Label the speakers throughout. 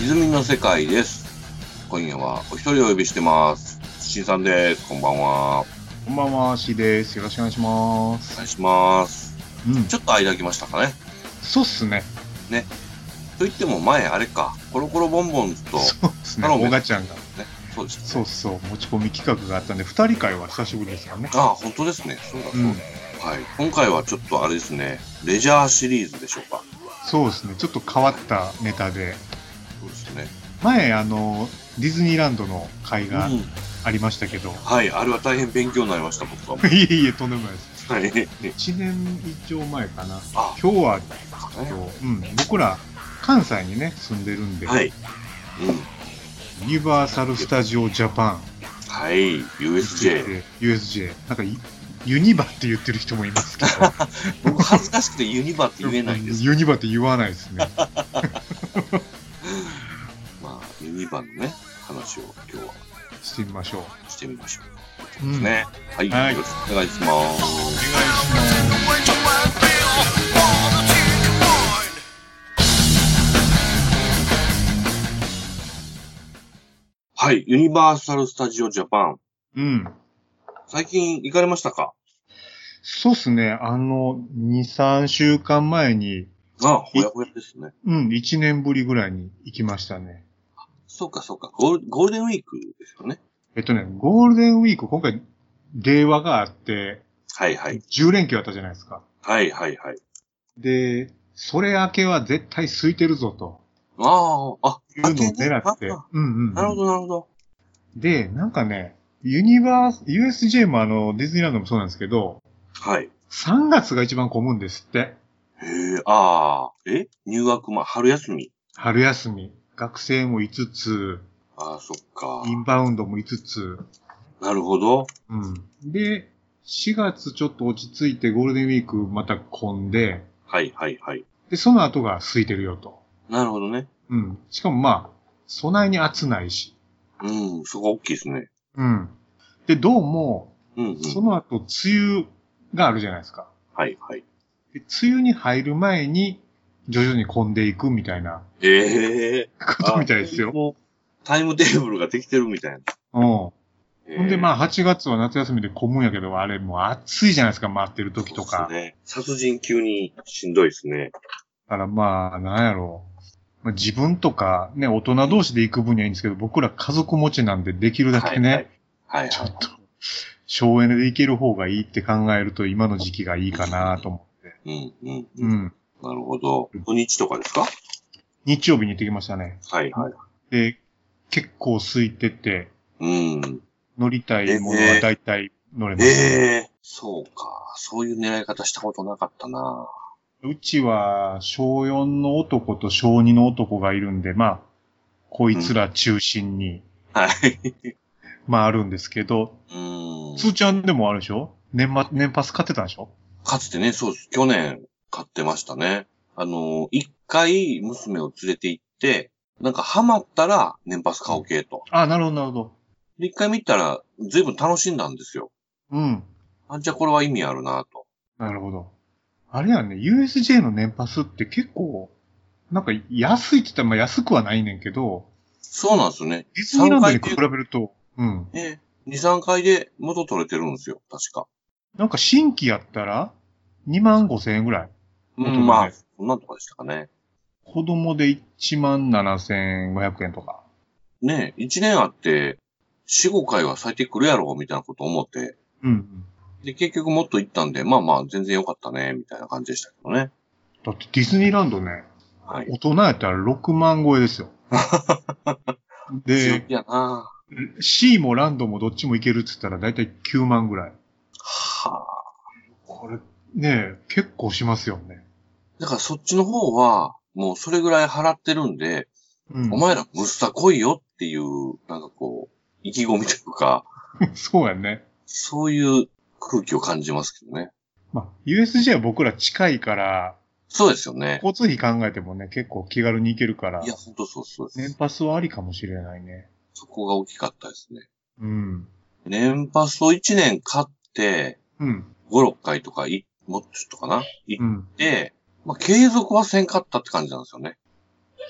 Speaker 1: 歪みの世界です。今夜はお一人お呼びしてます。しんさんです。こんばんは。お
Speaker 2: こんばんは、しーです。よろしくお願いします。
Speaker 1: 願いします。
Speaker 2: うん、
Speaker 1: ちょっと間空きましたかね。
Speaker 2: そうっすね。
Speaker 1: と言っても前あれか、コロコロボンボンズと、
Speaker 2: そうっすね。
Speaker 1: 頼む
Speaker 2: おがちゃんが。
Speaker 1: そうでした
Speaker 2: そう
Speaker 1: ね。
Speaker 2: そう、持ち込み企画があったんで、二人会は久しぶりですからね。
Speaker 1: ああ、本当ですね。そうだそうだ、
Speaker 2: うん、
Speaker 1: はい。今回はちょっとあれですね、レジャーシリーズでしょうか。
Speaker 2: そうですね。ちょっと変わったネタで。
Speaker 1: そうですね。
Speaker 2: 前、あの、ディズニーランドの会が
Speaker 1: うん
Speaker 2: ありましたけど、
Speaker 1: はい。あれは大変勉強になりました、僕は。はい
Speaker 2: えいえ、とんでもないです。
Speaker 1: い。
Speaker 2: 1年以上前かな。
Speaker 1: あ
Speaker 2: 今日は、
Speaker 1: ね
Speaker 2: うん、僕ら、関西にね、住んでるんで、
Speaker 1: はい。うん。
Speaker 2: ユニバーサル・スタジオ・ジャパン
Speaker 1: はい。USJ。
Speaker 2: USJ。なんかい、ユニバって言ってる人もいますけど。
Speaker 1: 僕恥ずかしくてユニバって言えないんです。
Speaker 2: ユニバって言わない ですね。
Speaker 1: まあ、ユニバのね、話を今日は
Speaker 2: してみましょう。
Speaker 1: してみましょう。
Speaker 2: うん
Speaker 1: ね。はい、
Speaker 2: はい
Speaker 1: よろしくお願いします。
Speaker 2: お願いします。
Speaker 1: はい、ユニバーサル・スタジオ・ジャパン。
Speaker 2: うん。
Speaker 1: 最近行かれましたか
Speaker 2: そうっすね。あの、2、3週間前に、
Speaker 1: あ、ほやほやですね。
Speaker 2: うん、1年ぶりぐらいに行きましたね。
Speaker 1: そうか、そうかゴール。ゴールデンウィークですよね。
Speaker 2: えっとね、ゴールデンウィーク、今回、令和があって、
Speaker 1: はい、はい。
Speaker 2: 10連休あったじゃないですか。
Speaker 1: はい、はい、はい。
Speaker 2: で、それ明けは絶対空いてるぞと
Speaker 1: ああ、あ、
Speaker 2: いうのを狙って。
Speaker 1: あ
Speaker 2: うん
Speaker 1: あ
Speaker 2: うん、うん。
Speaker 1: なるほど、なるほど。
Speaker 2: で、なんかね、ユニバース、USJ もあの、ディズニーランドもそうなんですけど、
Speaker 1: はい。
Speaker 2: 3月が一番混むんですって。
Speaker 1: へえ、ああ、え入学前、春休み。
Speaker 2: 春休み。学生もいつつ、
Speaker 1: ああ、そっか。
Speaker 2: インバウンドもいつつ。
Speaker 1: なるほど。
Speaker 2: うん。で、4月ちょっと落ち着いてゴールデンウィークまた混んで、
Speaker 1: はい、はい、はい。
Speaker 2: で、その後が空いてるよと。
Speaker 1: なるほどね。
Speaker 2: うん。しかもまあ、備えに暑ないし。
Speaker 1: うん、そこ大きいですね。
Speaker 2: うん。で、どうも、
Speaker 1: うん、うん。
Speaker 2: その後、梅雨があるじゃないですか。
Speaker 1: はい、はい。
Speaker 2: で梅雨に入る前に、徐々に混んでいくみたいな
Speaker 1: ええ
Speaker 2: ことみたいですよ。
Speaker 1: もうタイムテーブルができてるみたいな。
Speaker 2: うん。ほんで、ま
Speaker 1: あ、
Speaker 2: あ、8月は夏休みで混むんやけど、あれ、もう暑いじゃないですか、回ってる時と
Speaker 1: そ
Speaker 2: か
Speaker 1: う。ですね。殺人級にしんどいですね。
Speaker 2: だからまあ、なんやろう。まあ、自分とか、ね、大人同士で行く分にはいいんですけど、僕ら家族持ちなんでできるだけね、
Speaker 1: はい、はい。
Speaker 2: ちょ
Speaker 1: はい、
Speaker 2: っと、省エネで行ける方がいいって考えると、今の時期がいいかなと思って。
Speaker 1: うん、うん、う。
Speaker 2: うんん。
Speaker 1: なるほど。土日とかですか
Speaker 2: 日曜日に行ってきましたね。
Speaker 1: はい、はい。
Speaker 2: で、結構空いてて、
Speaker 1: うん。
Speaker 2: 乗りたいものは大体乗れま
Speaker 1: え
Speaker 2: す、
Speaker 1: えそうか。そういう狙い方したことなかったな。
Speaker 2: うちは、小4の男と小2の男がいるんで、まあ、こいつら中心に、
Speaker 1: はい。
Speaker 2: まああるんですけど、
Speaker 1: うん。
Speaker 2: つーちゃんでもあるでしょ年末、年パス買ってたんでしょ
Speaker 1: かつてね、そうです。去年買ってましたね。あの、一回娘を連れて行って、なんかハマったら年パス買おうけと。
Speaker 2: あ、なるほど、なるほど。
Speaker 1: で、一回見たら、随分楽しんだんですよ。
Speaker 2: うん。
Speaker 1: あ、じゃあこれは意味あるなと。
Speaker 2: なるほど。あれやね、USJ の年パスって結構、なんか安いって言ったらまあ安くはないねんけど、
Speaker 1: そうなんですよね。
Speaker 2: ディズニーランドに比べると、うん。
Speaker 1: ね、2、3回で元取れてるんですよ、確か。
Speaker 2: なんか新規やったら、2万5千円ぐらい。
Speaker 1: う
Speaker 2: 元取
Speaker 1: ん、
Speaker 2: れ
Speaker 1: まあ、そんなんとかでしたかね。
Speaker 2: 子供で1万7千500円とか。
Speaker 1: ねえ、1年あって、4、5回は咲いてくるやろ、みたいなこと思って。
Speaker 2: うんうん。
Speaker 1: で、結局もっと行ったんで、まあまあ、全然良かったね、みたいな感じでしたけどね。
Speaker 2: だってディズニーランドね、
Speaker 1: はい。
Speaker 2: 大人やったら6万超えですよ。
Speaker 1: 強
Speaker 2: で
Speaker 1: 気、やな
Speaker 2: C もランドもどっちも行けるって言ったら大体9万ぐらい。
Speaker 1: はあ。
Speaker 2: これ、ねえ、結構しますよね。
Speaker 1: だからそっちの方は、もうそれぐらい払ってるんで、
Speaker 2: うん
Speaker 1: お前らむっさ来いよっていう、なんかこう、意気込みというか、
Speaker 2: そうやね。
Speaker 1: そういう空気を感じますけどね。
Speaker 2: まあ、USJ は僕ら近いから、
Speaker 1: そうですよね。
Speaker 2: 交通費考えてもね、結構気軽に行けるから
Speaker 1: い、や、ほんとそうそうです。
Speaker 2: 年パスはありかもしれないね。
Speaker 1: そこが大きかったですね。
Speaker 2: うん。
Speaker 1: 年パスを1年買って、
Speaker 2: うん。
Speaker 1: 5、6回とかい、もっとちょっとかな行
Speaker 2: う
Speaker 1: っ
Speaker 2: ん。
Speaker 1: て、まあ、継続はせんかったって感じなんですよね。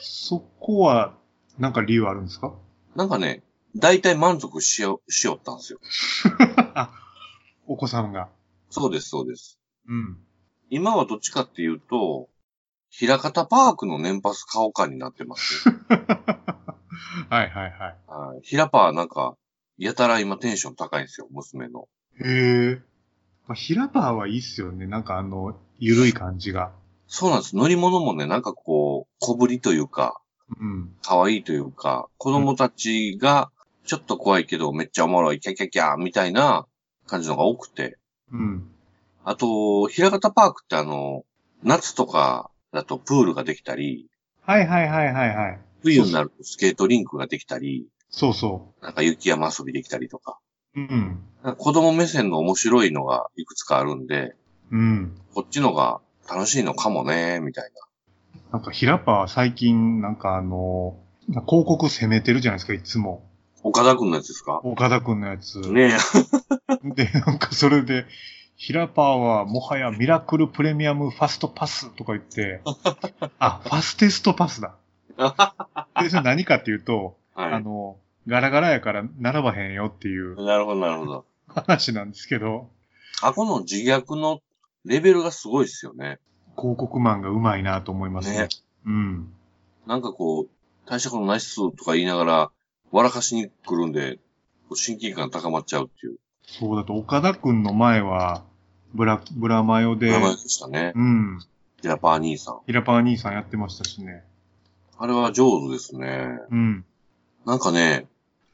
Speaker 2: そこは、なんか理由あるんですか
Speaker 1: なんかね、大体満足しよ、しよったんですよ。
Speaker 2: あ、お子さんが。
Speaker 1: そうです、そうです。
Speaker 2: うん。
Speaker 1: 今はどっちかっていうと、平方パークの年パス買おうかになってます、
Speaker 2: はいはいは
Speaker 1: はい。平パーなんか、やたら今テンション高いんですよ、娘の。
Speaker 2: い。へえ。まあ、平パーはいいっすよね。なんかあの、ゆるい感じが。
Speaker 1: そうなんです。乗り物もね、なんかこう、小ぶりというか、
Speaker 2: うん。
Speaker 1: 可愛いというか、子供たちが、ちょっと怖いけど、めっちゃおもろい、キャキャキャ、みたいな感じのが多くて。
Speaker 2: うん。
Speaker 1: あと、平方パークってあの、夏とかだとプールができたり、
Speaker 2: はいはいはいはいはい。
Speaker 1: 冬になるとスケートリンクができたり、
Speaker 2: そうそ
Speaker 1: なんか雪山遊びできたりとか、
Speaker 2: う。うん。
Speaker 1: なんか子供目線の面白いのがいくつかあるんで、
Speaker 2: うん。
Speaker 1: こっちのが楽しいのかもね、みたい
Speaker 2: なんか平パーは最近なんかあの、広告攻めてるじゃないですか、いつも。
Speaker 1: な。岡田くんのやつですか
Speaker 2: 岡田くんのやつ。
Speaker 1: ね
Speaker 2: で、なんかそれで、ヒラパーはもはやミラクルプレミアムファストパスとか言って、あ、ファステストパス だ。
Speaker 1: え。は
Speaker 2: で、それ何かっていうと、あ
Speaker 1: い。
Speaker 2: の、ガラガラやから並ばへんよっていう
Speaker 1: なるほど、なるほど。
Speaker 2: 話なんですけど、
Speaker 1: 過去の自虐のレベルがすごいですよね。
Speaker 2: 広告マンがうまいなと思いますね。
Speaker 1: ね
Speaker 2: うん。
Speaker 1: なんかこう、大したことないっすとか言いながら、笑かしに来るんで、こう親近感高まっちゃうっていう。
Speaker 2: そうだと、岡田くんの前は、ブラ、ブラマヨで
Speaker 1: 名、前でしたね。
Speaker 2: うん。
Speaker 1: ジャパー兄さん。
Speaker 2: ヒラパー兄さんやってましたしね。
Speaker 1: あれは上手ですね。
Speaker 2: うん。
Speaker 1: なんかね、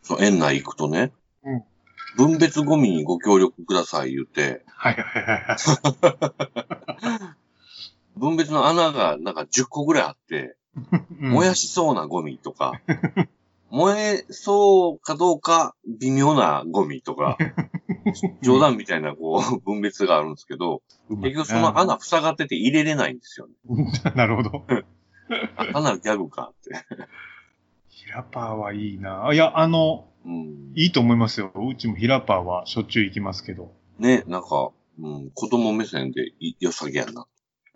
Speaker 1: その園内行くとね、
Speaker 2: うん
Speaker 1: 分別ゴミにご協力ください言うて、
Speaker 2: はいはいはいはい。
Speaker 1: 分別の穴がなんか10個ぐらいあって、
Speaker 2: うん
Speaker 1: 燃やしそうなゴミとか、 燃えそうかどうか微妙なゴミとか、冗談みたいなこう 分別があるんですけど、
Speaker 2: うまい
Speaker 1: 結
Speaker 2: な
Speaker 1: 局その穴塞がってて入れれないんですよね。
Speaker 2: なるほど。
Speaker 1: あ穴ギャグかって。
Speaker 2: ヒラパーはいいな。あいや、あの、
Speaker 1: うん、
Speaker 2: いいと思いますよ。うちもヒラパーはしょっちゅう行きますけど。
Speaker 1: ね、なんか、うん、子供目線でい良さげやな。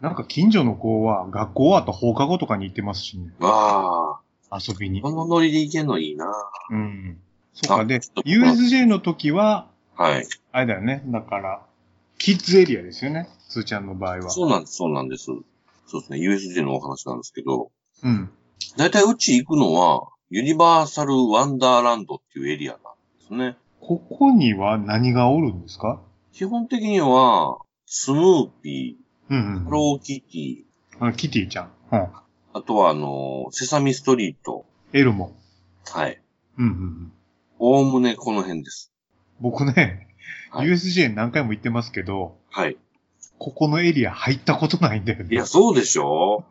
Speaker 2: なんか近所の子は学校終わった放課後とかに行ってますしね。
Speaker 1: わあ、
Speaker 2: 遊びに
Speaker 1: こ。のノリで行けんのいいな。
Speaker 2: うん。そうか。
Speaker 1: あ
Speaker 2: で
Speaker 1: ちょっ、と
Speaker 2: USJ の時は、
Speaker 1: はい。
Speaker 2: あれだよね。だから、キッズエリアですよね。つーちゃんの場合は。
Speaker 1: そうなんです、そうなんです。そうですね、USJ のお話なんですけど、
Speaker 2: うん。
Speaker 1: だいたいうち行くのは、ユニバーサルワンダーランドっていうエリアなんですね。
Speaker 2: ここには何がおるんですか
Speaker 1: 基本的には、スヌーピ
Speaker 2: うん
Speaker 1: ー、
Speaker 2: う
Speaker 1: ハ
Speaker 2: ん。
Speaker 1: ローキティ、
Speaker 2: あのキティちゃん。うん。
Speaker 1: あとはあのーセサミストリート、
Speaker 2: エルモ。
Speaker 1: はい。
Speaker 2: うんうんうん。
Speaker 1: おおむねこの辺です。
Speaker 2: 僕ね、
Speaker 1: はい
Speaker 2: USJ 何回も行ってますけど、
Speaker 1: はい。
Speaker 2: ここのエリア入ったことないんだよね。
Speaker 1: いや、そうでし ょ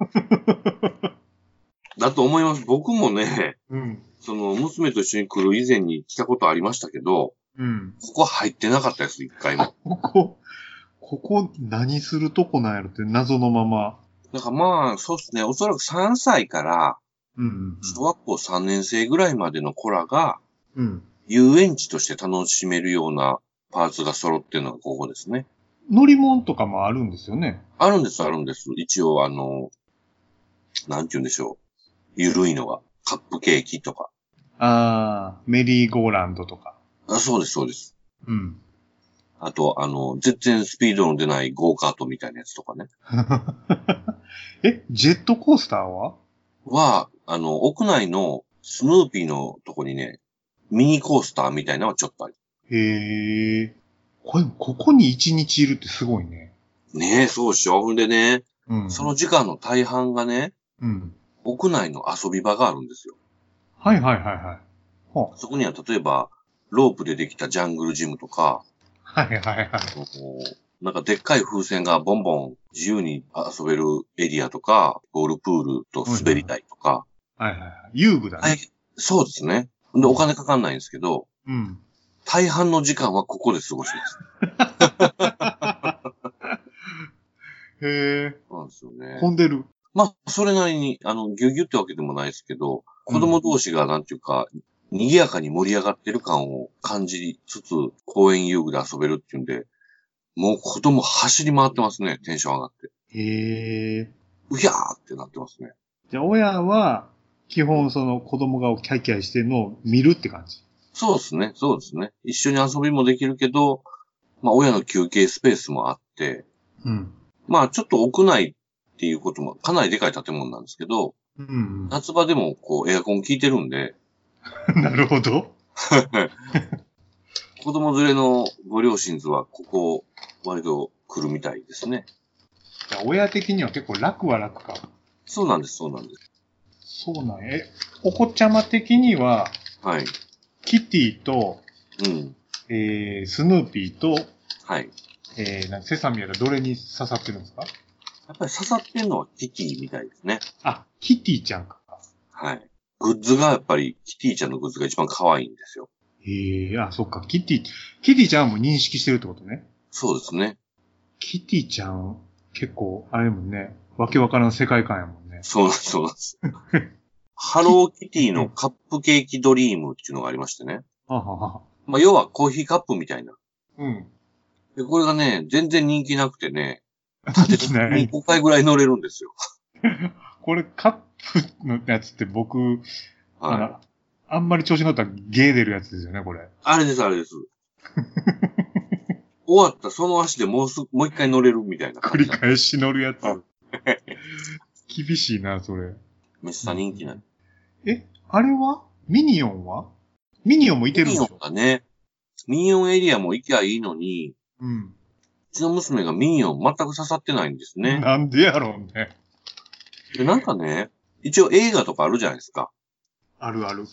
Speaker 1: だと思います。僕もね、
Speaker 2: うん。
Speaker 1: その、娘と一緒に来る以前に来たことありましたけど、
Speaker 2: うん。
Speaker 1: ここ入ってなかったです、一回も。
Speaker 2: ここ、ここ何するとこなんやろって謎のまま。
Speaker 1: なんかまあ、そうですね。おそらく3歳から
Speaker 2: うん
Speaker 1: 小学校3年生ぐらいまでの子らが
Speaker 2: うん。うん。
Speaker 1: 遊園地として楽しめるようなパーツが揃ってるのがここですね。
Speaker 2: 乗り物とかもあるんですよね。
Speaker 1: あるんです、あるんです。一応あの、なんて言うんでしょう。ゆるいのが。カップケーキとか。
Speaker 2: ああ、メリーゴーランドとか。
Speaker 1: あそうです、そうです。
Speaker 2: うん。
Speaker 1: あと、あの、全然スピードの出ないゴーカートみたいなやつとかね。
Speaker 2: え、ジェットコースターは
Speaker 1: は、あの、屋内のスヌーピーのとこにね、ミニコースターみたいなのはちょっとある。
Speaker 2: へえ。これ、ここに一日いるってすごいね。
Speaker 1: ねえ、そうでしょ。ほんでね、
Speaker 2: うん。
Speaker 1: その時間の大半がね、
Speaker 2: うん。
Speaker 1: 屋内の遊び場があるんですよ。
Speaker 2: はいはいはいはい。ほう
Speaker 1: そこには例えば、ロープでできたジャングルジムとか、
Speaker 2: はいはいはい。
Speaker 1: こうなんかでっかい風船がボンボン自由に遊べるエリアとか、ボールプールと滑り台とか、
Speaker 2: はいはいはい。遊具だね。
Speaker 1: はいそうですね。で、お金かかんないんですけど、
Speaker 2: うん。
Speaker 1: 大半の時間はここで過ごします。
Speaker 2: へえ。
Speaker 1: そうなんですよね。
Speaker 2: 混んでる。
Speaker 1: まあ、それなりに、あの、ぎゅうぎゅうってわけでもないですけど、子供同士がなんていうか、賑やかに盛り上がってる感を感じつつ、公園遊具で遊べるっていうんで、もう子供走り回ってますね、テンション上がって。
Speaker 2: へえ。
Speaker 1: うひゃーってなってますね。
Speaker 2: じゃあ、親は、基本その子供がキャイキャイしてるのを見るって感じ。
Speaker 1: そうですね、そうですね。一緒に遊びもできるけど、まあ、親の休憩スペースもあって、
Speaker 2: うん。
Speaker 1: まあ、ちょっと屋内っていうことも、かなりでかい建物なんですけど、
Speaker 2: うん、
Speaker 1: 夏場でもこう、エアコン効いてるんで、
Speaker 2: うん。 なるほど。
Speaker 1: 子供連れのご両親図は、ここ、割と来るみたいですね。
Speaker 2: じゃあ親的には結構楽は楽か。
Speaker 1: そうなんです、そうなんです。
Speaker 2: そうなんや。え、お子ちゃま的には、
Speaker 1: はい。
Speaker 2: キティと、
Speaker 1: うん。
Speaker 2: えー、スヌーピーと、
Speaker 1: はい。
Speaker 2: えー、なんセサミやらどれに刺さってるんですか
Speaker 1: やっぱり刺さってんのはキティみたいですね。
Speaker 2: あ、キティちゃんか。
Speaker 1: はい。グッズがやっぱり、キティちゃんのグッズが一番可愛いんですよ。
Speaker 2: えー、あ、そっか。キティ、キティちゃんも認識してるってことね。
Speaker 1: そうですね。
Speaker 2: キティちゃん、結構、あれやもんね、わけわからん世界観やもんね。
Speaker 1: そうなんです、そうなんです。ハローキティのカップケーキドリームっていうのがありましてね。
Speaker 2: あはは。
Speaker 1: まあ、要はコーヒーカップみたいな。
Speaker 2: うん。
Speaker 1: で、これがね、全然人気なくてね、
Speaker 2: できな
Speaker 1: もう
Speaker 2: い。
Speaker 1: 5回ぐらい乗れるんですよ。
Speaker 2: これ、カップのやつって僕、あ
Speaker 1: はい。
Speaker 2: のあんまり調子乗ったらゲー出るやつですよね、こ れ。
Speaker 1: あれです、あれです。 終わったその足でもうす、もう一回乗れるみたいな
Speaker 2: 繰
Speaker 1: 感じ
Speaker 2: り
Speaker 1: だ。
Speaker 2: 返し乗るやつ
Speaker 1: あ。
Speaker 2: 厳しいな、それ。
Speaker 1: めっちゃ人気なの。
Speaker 2: え、あれはミニオンはミニオンもいて
Speaker 1: ミ
Speaker 2: るんで
Speaker 1: ニ
Speaker 2: し
Speaker 1: オン
Speaker 2: ょ
Speaker 1: がね、ミニオンエリアも行きゃいいのに、
Speaker 2: うん。
Speaker 1: うちの娘がミニオン全く刺さってないんですね。
Speaker 2: なんでやろうね。
Speaker 1: で、なんかね、一応映画とかあるじゃないですか。
Speaker 2: あるある。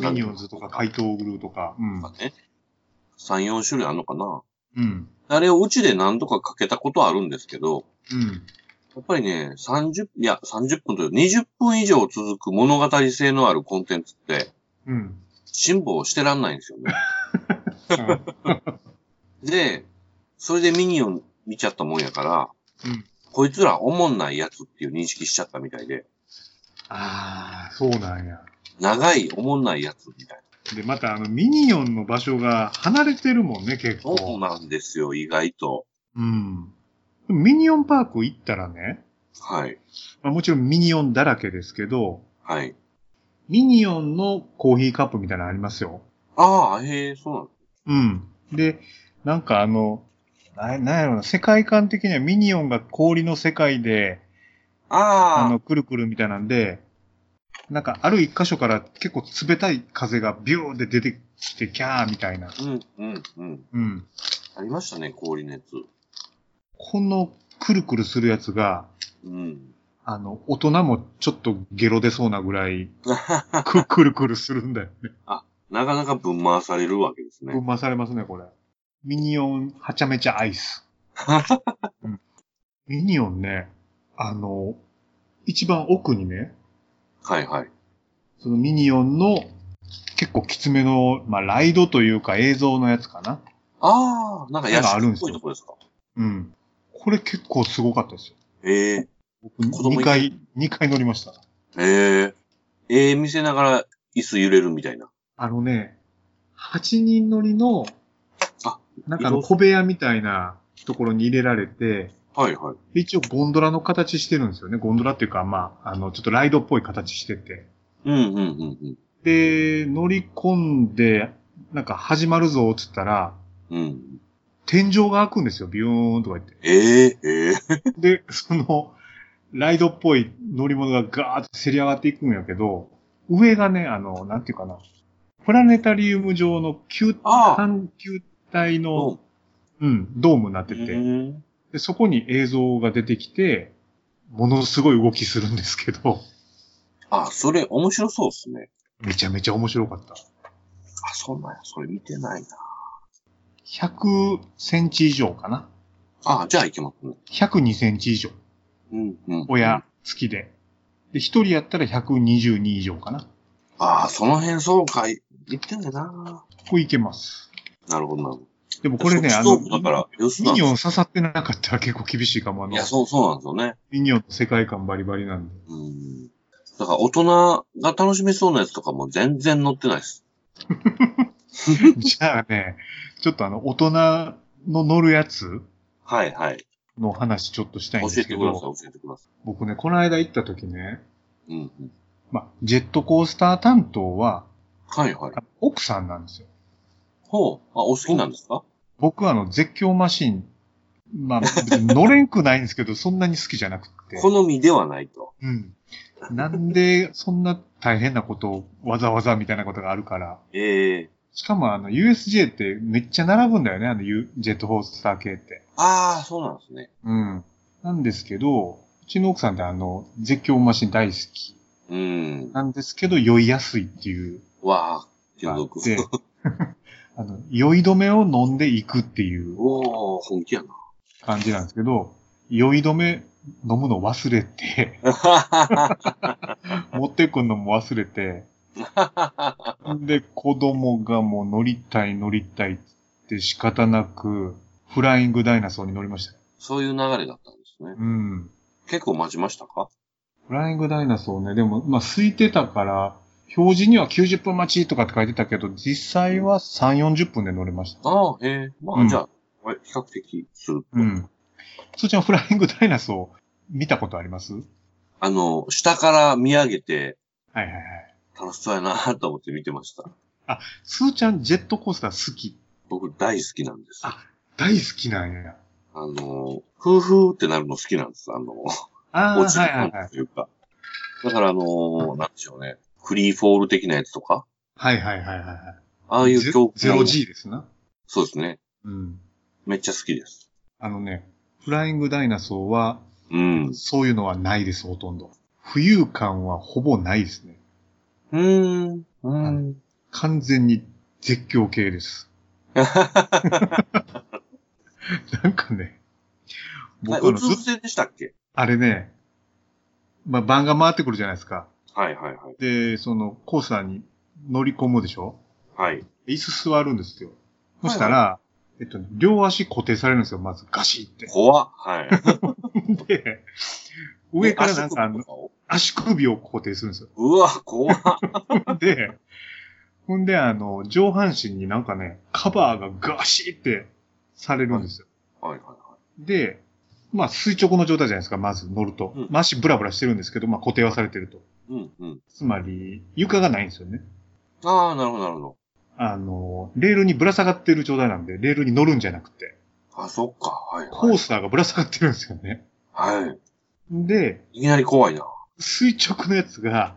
Speaker 2: ミニオンズとか怪盗グルーとか。うん
Speaker 1: まあね。3、4種類あるのかな。
Speaker 2: うん。
Speaker 1: あれをうちで何度かかけたことあるんですけど、
Speaker 2: うん。
Speaker 1: やっぱりね、30、いや、30分というか20分以上続く物語性のあるコンテンツって、
Speaker 2: うん。
Speaker 1: 辛抱してらんないんですよね。で、それでミニオン見ちゃったもんやから、
Speaker 2: うん
Speaker 1: こいつらおもんないやつっていう認識しちゃったみたいで、
Speaker 2: ああ、そうなんや。
Speaker 1: 長いおもんないやつみたいな。
Speaker 2: で、また、あの、ミニオンの場所が離れてるもんね、結
Speaker 1: そう
Speaker 2: 構。
Speaker 1: なんですよ、意外と。
Speaker 2: うん。でもミニオンパーク行ったらね、
Speaker 1: はい。
Speaker 2: まあ、もちろんミニオンだらけですけど、
Speaker 1: はい。
Speaker 2: ミニオンのコーヒーカップみたいなのありますよ。
Speaker 1: ああ、へえ、そうなん
Speaker 2: うん。で、なんかあの、ななんやろな、世界観的にはミニオンが氷の世界で、あ
Speaker 1: あ
Speaker 2: の、くるくるみたいなんで、なんかある一箇所から結構冷たい風がビューって出てきて、キャーみたいな。
Speaker 1: あ、うん、うん、うん。
Speaker 2: うん。
Speaker 1: ありましたね、氷熱。
Speaker 2: このくるくるするやつが、
Speaker 1: うん。
Speaker 2: あの、大人もちょっとゲロ出そうなぐら い、く、くるくるするんだよね。
Speaker 1: なかなかぶん回されるわけですね。
Speaker 2: うまされますね、これ。ミニオン、はちゃめちゃア イス。うんミニオンね、あの、一番奥にね、
Speaker 1: はいはい。
Speaker 2: そのミニオンの結構きつめの、まあ、ライドというか映像のやつかな。
Speaker 1: ああ、なんか屋敷っぽいとこですか。
Speaker 2: うん。これ結構すごかったですよ。
Speaker 1: ええ
Speaker 2: 僕、
Speaker 1: 子供
Speaker 2: 2回、二回乗りました。
Speaker 1: ええええ見せながら椅子揺れるみたいな。
Speaker 2: あのね、8人乗りの、
Speaker 1: あ
Speaker 2: なんかあ
Speaker 1: 移動
Speaker 2: の
Speaker 1: す
Speaker 2: 小部屋みたいなところに入れられて、
Speaker 1: はいはい。
Speaker 2: で一応ゴンドラの形してるんですよね。ゴンドラっていうか、まあ、あの、ちょっとライドっぽい形してて。
Speaker 1: うんうんうん
Speaker 2: で、乗り込んで、なんか始まるぞって言ったら、
Speaker 1: うん。うん。
Speaker 2: 天井が開くんですよ。ビューンとか言って。
Speaker 1: ええええ
Speaker 2: で、その、ライドっぽい乗り物がガーッとせり上がっていくんやけど、上がね、あの、なんていうかな、プラネタリウム上の球、
Speaker 1: ああ
Speaker 2: 半球体の、
Speaker 1: そ
Speaker 2: うん、ドームになって
Speaker 1: う
Speaker 2: て、
Speaker 1: ん
Speaker 2: で、そこに映像が出てきて、ものすごい動きするんですけど、
Speaker 1: あ、それ面白そうですね。
Speaker 2: めちゃめちゃ面白かった。
Speaker 1: あ、そんなんや。それ見てないな。
Speaker 2: 100センチ以上かな
Speaker 1: あじゃあいけますね。
Speaker 2: ?102 センチ以上。
Speaker 1: うんうん。
Speaker 2: 親、付きで。で、一人やったら122以上かな
Speaker 1: ああ、その辺そうか。い言ってないな。
Speaker 2: これいけます。
Speaker 1: なるほどなるほど。
Speaker 2: でもこれね、
Speaker 1: そ
Speaker 2: あ
Speaker 1: そう
Speaker 2: の、
Speaker 1: だから、要する
Speaker 2: ミ
Speaker 1: に
Speaker 2: ニオン刺さってなかったら結構厳しいかも。あ
Speaker 1: い
Speaker 2: の
Speaker 1: や、、そう、そうなんですよね。
Speaker 2: ミニオンの世界観バリバリなんで。
Speaker 1: うん。だから、大人が楽しめそうなやつとかも全然載ってないです。
Speaker 2: じゃあね、ちょっとあの、大人の乗るやつ
Speaker 1: はいはい。
Speaker 2: の話ちょっとしたいん
Speaker 1: 教
Speaker 2: で
Speaker 1: え
Speaker 2: す
Speaker 1: て
Speaker 2: け
Speaker 1: ください、
Speaker 2: ど、
Speaker 1: 教えてくださ
Speaker 2: 僕ね、この間行った時ね、
Speaker 1: い。うんうん。
Speaker 2: まあ、ジェットコースター担当は、
Speaker 1: はいはい。
Speaker 2: 奥さんなんですよ。
Speaker 1: ほう。あ、お好きなんですか
Speaker 2: 僕はあの、絶叫マシン、まあ、別に乗れんくないんですけど、 そんなに好きじゃなくって。
Speaker 1: 好みではないと。
Speaker 2: うん。なんで、そんな大変なことをわざわざみたいなことがあるから。
Speaker 1: ええ
Speaker 2: しかもあの、USJ ってめっちゃ並ぶんだよね、あの、U- ジェットコースター系って。
Speaker 1: ああ、そうなんですね。
Speaker 2: うん。なんですけど、うちの奥さんってあの、絶叫マシン大好き。
Speaker 1: うん。
Speaker 2: なんですけど、酔いやすいっていう。
Speaker 1: わあ、気
Speaker 2: あ
Speaker 1: の
Speaker 2: っ
Speaker 1: 毒。
Speaker 2: て あの、酔い止めを飲んでいくってい う
Speaker 1: おお本気やな。
Speaker 2: 感じなんですけど、酔い止め飲むの忘れて、持ってくんのも忘れて、で、子供がもう乗りたい乗りたいって仕方なく、フライングダイナソーに乗りましたよ。
Speaker 1: そういう流れだったんですね。
Speaker 2: うん。
Speaker 1: 結構待ちましたか
Speaker 2: フライングダイナソーね、でも、まあ、空いてたから、表示には90分待ちとかって書いてたけど、実際は3、40分で乗れました。
Speaker 1: ああ、へえ。まあ、
Speaker 2: うん
Speaker 1: じゃあ、これ比較的する。
Speaker 2: うん。そっちのフライングダイナソー、見たことありますはい
Speaker 1: あの、下から見上げて、
Speaker 2: はいはい。
Speaker 1: 楽しそうやなと思って見てました。
Speaker 2: スーちゃん、ジェットコースター好き。
Speaker 1: 僕大好きなんです。あ
Speaker 2: あ大好きなんや。
Speaker 1: の、ふうふーってなるの好きなんです。あの、
Speaker 2: あ
Speaker 1: 落ち
Speaker 2: はい
Speaker 1: る
Speaker 2: はい
Speaker 1: 感
Speaker 2: はい
Speaker 1: じ。というか。だからあのー、なんでしょうね。フリーフォール的なやつとか、
Speaker 2: はいはいはいはいはい。
Speaker 1: ああいう
Speaker 2: ゼ
Speaker 1: 教
Speaker 2: ゼロ G ですな。
Speaker 1: そうですね。
Speaker 2: うん。
Speaker 1: めっちゃ好きです。
Speaker 2: あのね、フライングダイナソーは、
Speaker 1: うん。う
Speaker 2: そういうのはないです、ほとんど。浮遊感はほぼないですね。
Speaker 1: ーん。うーん。
Speaker 2: 完全に絶叫系です。なんかね、
Speaker 1: あ
Speaker 2: 僕あ
Speaker 1: う
Speaker 2: の、
Speaker 1: つ
Speaker 2: ずっ
Speaker 1: 伏せでしたっけ
Speaker 2: あれね、まあ、番が回ってくるじゃないですか。
Speaker 1: はいはいはい。
Speaker 2: で、その、コースターに乗り込むでしょ
Speaker 1: はい。
Speaker 2: 椅子座るんですよ。そしたら、えっとね、両足固定されるんですよ、まずガシって。
Speaker 1: 怖っはい。
Speaker 2: で、 上からなんか
Speaker 1: 足
Speaker 2: あの
Speaker 1: 首とを
Speaker 2: 足首を固定するんですよ。
Speaker 1: うわ、怖っ
Speaker 2: で、ほんで、あの、上半身になんかね、カバーがガシってされるんですよ。
Speaker 1: はいはいはい。
Speaker 2: で、まあ垂直の状態じゃないですか、まず乗ると
Speaker 1: うん。
Speaker 2: まあ足ブラブラしてるんですけど、まあ固定はされてると。
Speaker 1: うんうん。
Speaker 2: つまり、床がないんですよね。
Speaker 1: ああ、なるほどなるほど。
Speaker 2: あの、レールにぶら下がってる状態なんで、レールに乗るんじゃなくて、
Speaker 1: あ、そっか。はい
Speaker 2: コ
Speaker 1: は
Speaker 2: ー
Speaker 1: い。
Speaker 2: スターがぶら下がってるんですよね。
Speaker 1: は
Speaker 2: で、
Speaker 1: い。いきなり怖いな。
Speaker 2: 垂直のやつが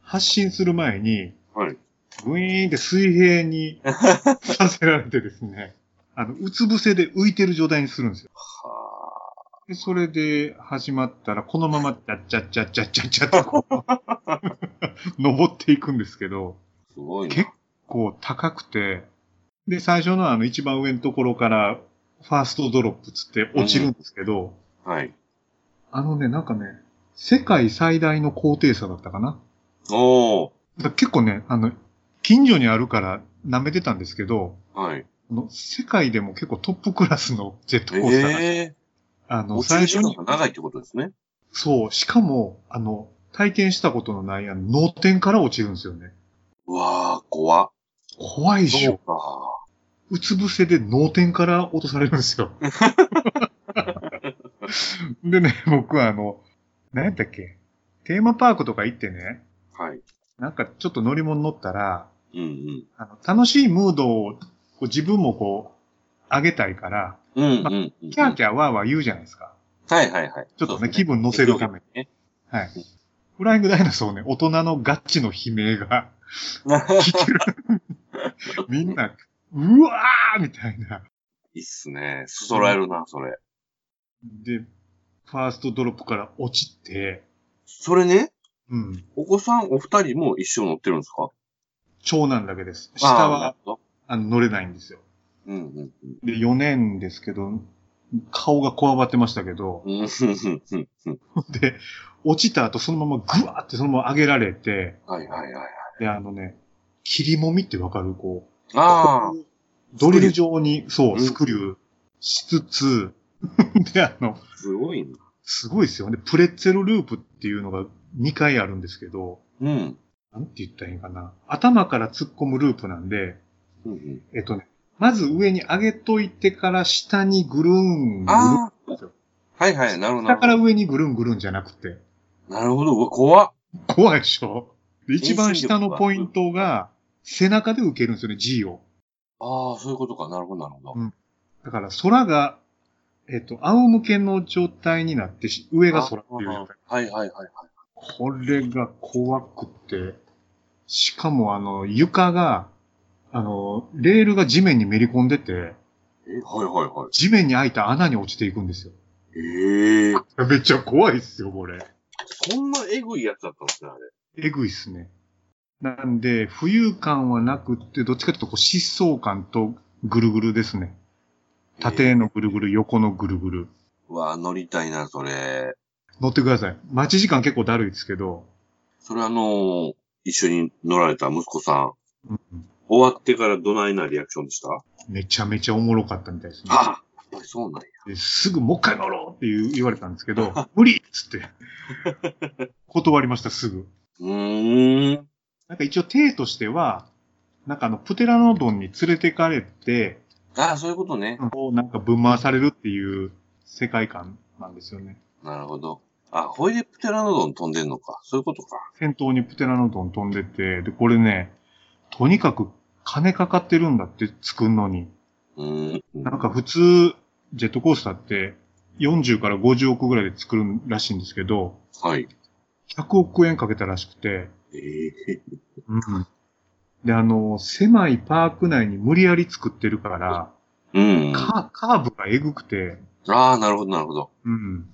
Speaker 2: 発進する前に、
Speaker 1: はい。
Speaker 2: グイーンって水平にさせられてですね、あの、うつ伏せで浮いてる状態にするんですよ。
Speaker 1: は
Speaker 2: で、それで始まったら、このまま、ちゃっちゃっちゃっちゃっちゃっちゃ っとこう、登っていくんですけど、
Speaker 1: あ、すごい
Speaker 2: 結
Speaker 1: な。
Speaker 2: こう高くて、で、最初のあの一番上のところから、ファーストドロップつって落ちるんですけど、
Speaker 1: はい。
Speaker 2: あのね、なんかね、世界最大の高低差だったかな。
Speaker 1: おー。
Speaker 2: だから結構ね、あの、近所にあるから舐めてたんですけど、
Speaker 1: はい。
Speaker 2: あの世界でも結構トップクラスのジェットコースターなんですよ、
Speaker 1: ええ
Speaker 2: あ
Speaker 1: ー。
Speaker 2: の、
Speaker 1: 落ちる
Speaker 2: 最
Speaker 1: 時
Speaker 2: 初
Speaker 1: 間
Speaker 2: に
Speaker 1: が、長いってことですね。
Speaker 2: そう、しかも、あの、体験したことのない、あの、脳天から落ちるんですよね。
Speaker 1: うわあ、怖っ
Speaker 2: 怖いっし
Speaker 1: そう
Speaker 2: ょ。
Speaker 1: か。
Speaker 2: うつ伏せで脳天から落とされるんで すよ。でね、僕はあの、何やったっけテーマパークとか行ってね、
Speaker 1: はい。
Speaker 2: なんかちょっと乗り物乗ったら、
Speaker 1: うん
Speaker 2: あの楽しいムードをこう自分もこう、上げたいから、
Speaker 1: うん。うんうんうん。
Speaker 2: キャーキャーワーワー言うじゃないですか。
Speaker 1: はいはいはい。
Speaker 2: ちょっと
Speaker 1: そう
Speaker 2: ね、
Speaker 1: です
Speaker 2: 気分乗せるために。
Speaker 1: ね。
Speaker 2: はい
Speaker 1: うん。
Speaker 2: フライングダイナソーね、大人のガッチの悲鳴が聞ける。みんな、うわーみたいな。
Speaker 1: いいっすね。そそられるな、それ。
Speaker 2: で、ファーストドロップから落ちて、
Speaker 1: それね、
Speaker 2: うん、
Speaker 1: お子さんお二人も一緒乗ってるんですか
Speaker 2: 長男だけです。下は、あ。
Speaker 1: あー
Speaker 2: の乗れないんですよ。
Speaker 1: なるほどうんうん。
Speaker 2: で、4年ですけど、顔がこわばってましたけど、
Speaker 1: うんうんうんうん
Speaker 2: で、落ちた後そのままグワーってそのまま上げられて、
Speaker 1: はいはいはい。
Speaker 2: で、あのね、切りもみってわかるこう、
Speaker 1: ああ、
Speaker 2: ドリル状に、そうう、
Speaker 1: ん
Speaker 2: スクリューしつつ、 で、あの、
Speaker 1: すごいな。
Speaker 2: すごいですよね。プレッツェルループっていうのが2回あるんですけど、
Speaker 1: うん。
Speaker 2: なんて言ったらいいんかな。頭から突っ込むループなんで、
Speaker 1: うんうん
Speaker 2: えっとね、まず上に上げといてから下にぐるん、ぐるん
Speaker 1: ああ、はいはい、なるほど。なる
Speaker 2: 下
Speaker 1: ほど
Speaker 2: から上にぐるんぐるんじゃなくて、
Speaker 1: なるほど、うわ怖っ
Speaker 2: 怖いでしょで、一番下のポイントが、背中で受けるんですよね、G を。
Speaker 1: ああ、そういうことか。なるほど、なるほど。
Speaker 2: うんだから空が、えっ、と、仰向けの状態になってし、上が空っていう状態。
Speaker 1: はいはいはいはい。
Speaker 2: これが怖くて、しかもあの、床が、あの、レールが地面にめり込んでて、
Speaker 1: え、はいはいはい。
Speaker 2: 地面に開いた穴に落ちていくんですよ。
Speaker 1: ええ
Speaker 2: めっちゃ怖いっすよ、これ。
Speaker 1: そんなエグいやつだったんですね、あれ。
Speaker 2: えぐいっすね。なんで、浮遊感はなくって、どっちかというとこう疾走感とぐるぐるですね。縦のぐるぐる、横のぐるぐる。
Speaker 1: うわ乗りたいな、それ。
Speaker 2: 乗ってください。待ち時間結構だるいですけど、
Speaker 1: それあのー一緒に乗られた息子さん、
Speaker 2: うん
Speaker 1: 終わってからどないなリアクションでした
Speaker 2: めちゃめちゃおもろかったみたいですね。
Speaker 1: あやっぱりそうなんや。
Speaker 2: ですぐもう一回乗ろうって言う言われたんですけど、無理っつって。断りました、すぐ。
Speaker 1: うーん。
Speaker 2: なんか一応体としては、なんかあの、プテラノドンに連れてかれて、
Speaker 1: ああ、そういうことね。
Speaker 2: こうなんかぶん回されるっていう世界観なんですよね。
Speaker 1: なるほど。あ、ホイでプテラノドン飛んでんのか。そういうことか。
Speaker 2: 先頭にプテラノドン飛んでて、で、これね、とにかく金かかってるんだって作んのに。
Speaker 1: うーん。
Speaker 2: なんか普通、ジェットコースターって40から50億ぐらいで作るらしいんですけど、
Speaker 1: はい。
Speaker 2: 100億円かけたらしくて、
Speaker 1: ええ
Speaker 2: で、あの、狭いパーク内に無理やり作ってるから、
Speaker 1: うん。
Speaker 2: カカーブがえぐくて、
Speaker 1: ああ、なるほど、なるほど。
Speaker 2: うん。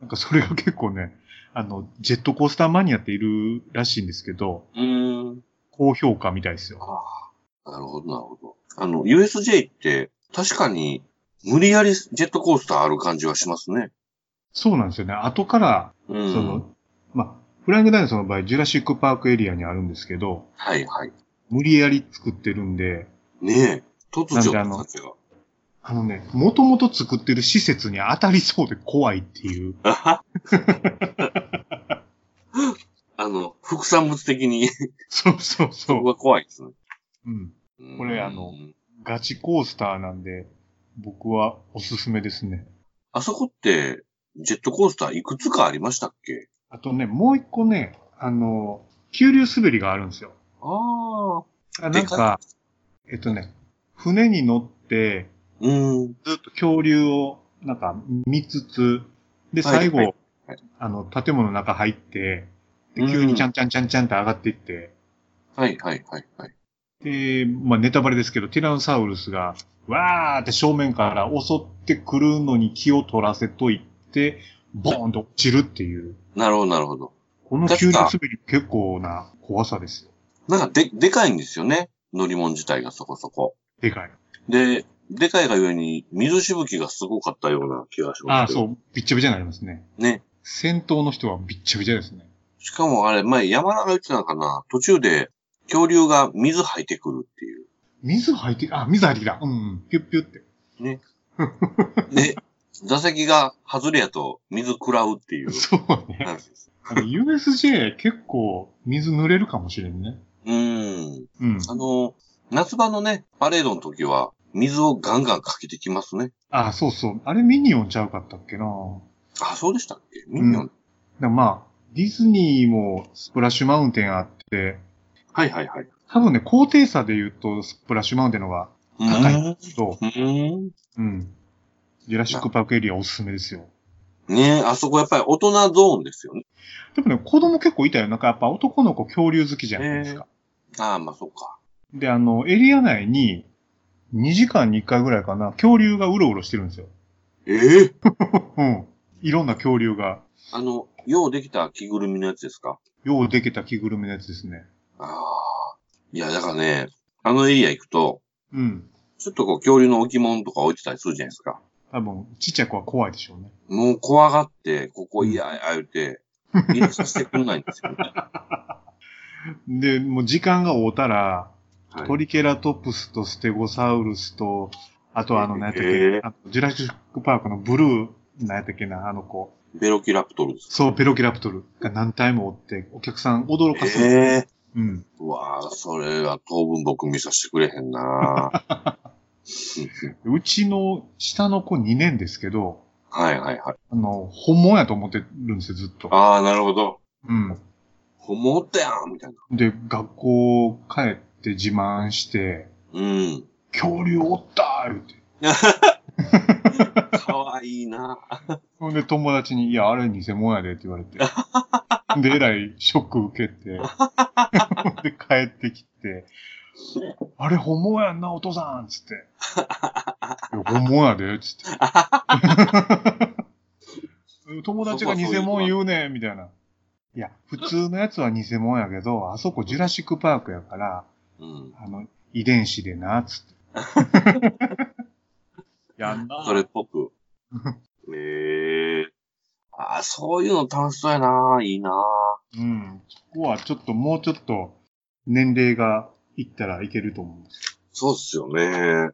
Speaker 2: なんかそれが結構ね、あの、ジェットコースターマニアっているらしいんですけど、
Speaker 1: うーん。
Speaker 2: 高評価みたいですよ。
Speaker 1: ああ、なるほど、なるほど。あの、USJ って、確かに、無理やりジェットコースターある感じはしますね。
Speaker 2: そうなんですよね。後から、
Speaker 1: う
Speaker 2: そ
Speaker 1: ん。
Speaker 2: の、まあ、フライングダイナソーの場合、ジュラシックパークエリアにあるんですけど、
Speaker 1: はいはい。
Speaker 2: 無理やり作ってるんで、
Speaker 1: ねえ。突如
Speaker 2: なんであ
Speaker 1: た
Speaker 2: の
Speaker 1: ちが。
Speaker 2: あのね、もともと作ってる施設に当たりそうで怖いっていう。
Speaker 1: あは あの、副産物的に、
Speaker 2: そうそうそ
Speaker 1: 僕
Speaker 2: う。
Speaker 1: は怖いですね。
Speaker 2: うん。
Speaker 1: うん
Speaker 2: これあの、ガチコースターなんで、僕はおすすめですね。
Speaker 1: あそこって、ジェットコースターいくつかありましたっけ
Speaker 2: あとね、もう一個ね、あの、急流滑りがあるんですよ。
Speaker 1: ああ。
Speaker 2: あな
Speaker 1: で
Speaker 2: ん
Speaker 1: かい
Speaker 2: か、えっとね、船に乗って、
Speaker 1: うん。
Speaker 2: ずっと恐竜をなんか見つつ、で、
Speaker 1: はい
Speaker 2: 最後、
Speaker 1: はいはい
Speaker 2: あの、建物の中入って、
Speaker 1: う
Speaker 2: で、
Speaker 1: ん
Speaker 2: 急にちゃんちゃんちゃんちゃんって上がっていって、
Speaker 1: はいはいはいはい。
Speaker 2: で、まあネタバレですけど、ティラノサウルスが、わーって正面から襲ってくるのに気を取らせといて、ボーンと落ちるっていう。
Speaker 1: なるほどなるほど。
Speaker 2: この急に滑り結構な怖さですよ。
Speaker 1: なんかで、でかいんですよね。乗り物自体がそこそこ。
Speaker 2: でかい。
Speaker 1: で、でかいがゆえに、水しぶきがすごかったような気がし
Speaker 2: あ
Speaker 1: ま
Speaker 2: あ、
Speaker 1: す。。
Speaker 2: そうう。びっちゃびちゃになりますね。
Speaker 1: ね。
Speaker 2: 先頭の人はびっちゃびちゃですね。
Speaker 1: しかもあれ、前山田が言ってたのかな途中で恐竜が水吐いてくるっていう。
Speaker 2: 水入って、あ、水入ってきた。うん、うん。ピュッピュって。
Speaker 1: で、座席が外れやと水食らうっていう
Speaker 2: そうね。
Speaker 1: 話です。
Speaker 2: あの USJ 結構水濡れるかもしれんね。
Speaker 1: うーん。
Speaker 2: うん。
Speaker 1: あの、夏場のね、パレードの時は、水をガンガンかけてきますね。
Speaker 2: あ、そうそう。あれミニオンちゃうかったっけな
Speaker 1: あ、そうでしたっけミニオン。
Speaker 2: うだまあ、ディズニーもスプラッシュマウンテンあって、
Speaker 1: はいはいはい。
Speaker 2: 多分ね、高低差で言うとスプラッシュマウンテンの方が
Speaker 1: う
Speaker 2: 高いん
Speaker 1: ーん。
Speaker 2: ですけど、
Speaker 1: うーん。
Speaker 2: うん。ジュラシックパークエリアおすすめですよ。
Speaker 1: ねえ、あそこやっぱり大人ゾーンですよね。
Speaker 2: でもね、子供結構いたよ。なんかやっぱ男の子恐竜好きじゃないですか。
Speaker 1: ああ、まあそうか。
Speaker 2: で、あの、エリア内に2時間に1回ぐらいかな、恐竜がうろうろしてるんですよ。
Speaker 1: ええ
Speaker 2: うん。いろんな恐竜が、
Speaker 1: あの、ようできた着ぐるみのやつですか
Speaker 2: ようできた着ぐるみのやつですね。
Speaker 1: ああ。いや、だからね、あのエリア行くと、
Speaker 2: うん。
Speaker 1: ちょっとこう恐竜の置物とか置いてたりするじゃないですか。
Speaker 2: 多分、ちっちゃい子は怖いでしょうね。
Speaker 1: もう怖がって、ここ嫌や、あ言うて、入れさせてくんないんですよね。
Speaker 2: で、もう時間が合うたら、
Speaker 1: はい
Speaker 2: トリケラトプスとステゴサウルスと、あとあの、
Speaker 1: えー
Speaker 2: 何やったっけ、あのジュラシックパークのブルー、何やったっけな、あの子。
Speaker 1: ベロキラプトルです。
Speaker 2: そう、ペロキラプトルが何体もおって、お客さん驚かせる。
Speaker 1: ええ
Speaker 2: うん。
Speaker 1: うわあ、それは当分僕見させてくれへんな
Speaker 2: うちの下の子2年ですけど、
Speaker 1: はいはいはい。
Speaker 2: あの、本物やと思ってるんですよ、ずっと。
Speaker 1: ああ、なるほど。
Speaker 2: うん。
Speaker 1: 本物おったやんみたいな。
Speaker 2: で、学校帰って自慢して、
Speaker 1: うん。
Speaker 2: 恐竜おったーって。
Speaker 1: かわいいな。
Speaker 2: ほんで友達に、いや、あれ偽物やでって言われて。で、えらいショック受けて。で、帰ってきて、あれ本物やんな、お父さんつって。いや、本物やでつって。友達が偽物言うねんみたいな。いや、普通のやつは偽物やけど、あそこジュラシックパークやから、
Speaker 1: うん。
Speaker 2: あの、遺伝子でな、つって。やんな。
Speaker 1: それっぽく。ええああ、そういうの楽しそうやな。いいな。
Speaker 2: うん。そこはちょっと、もうちょっと、年齢がいったらいけると思うんです。
Speaker 1: そうっすよね。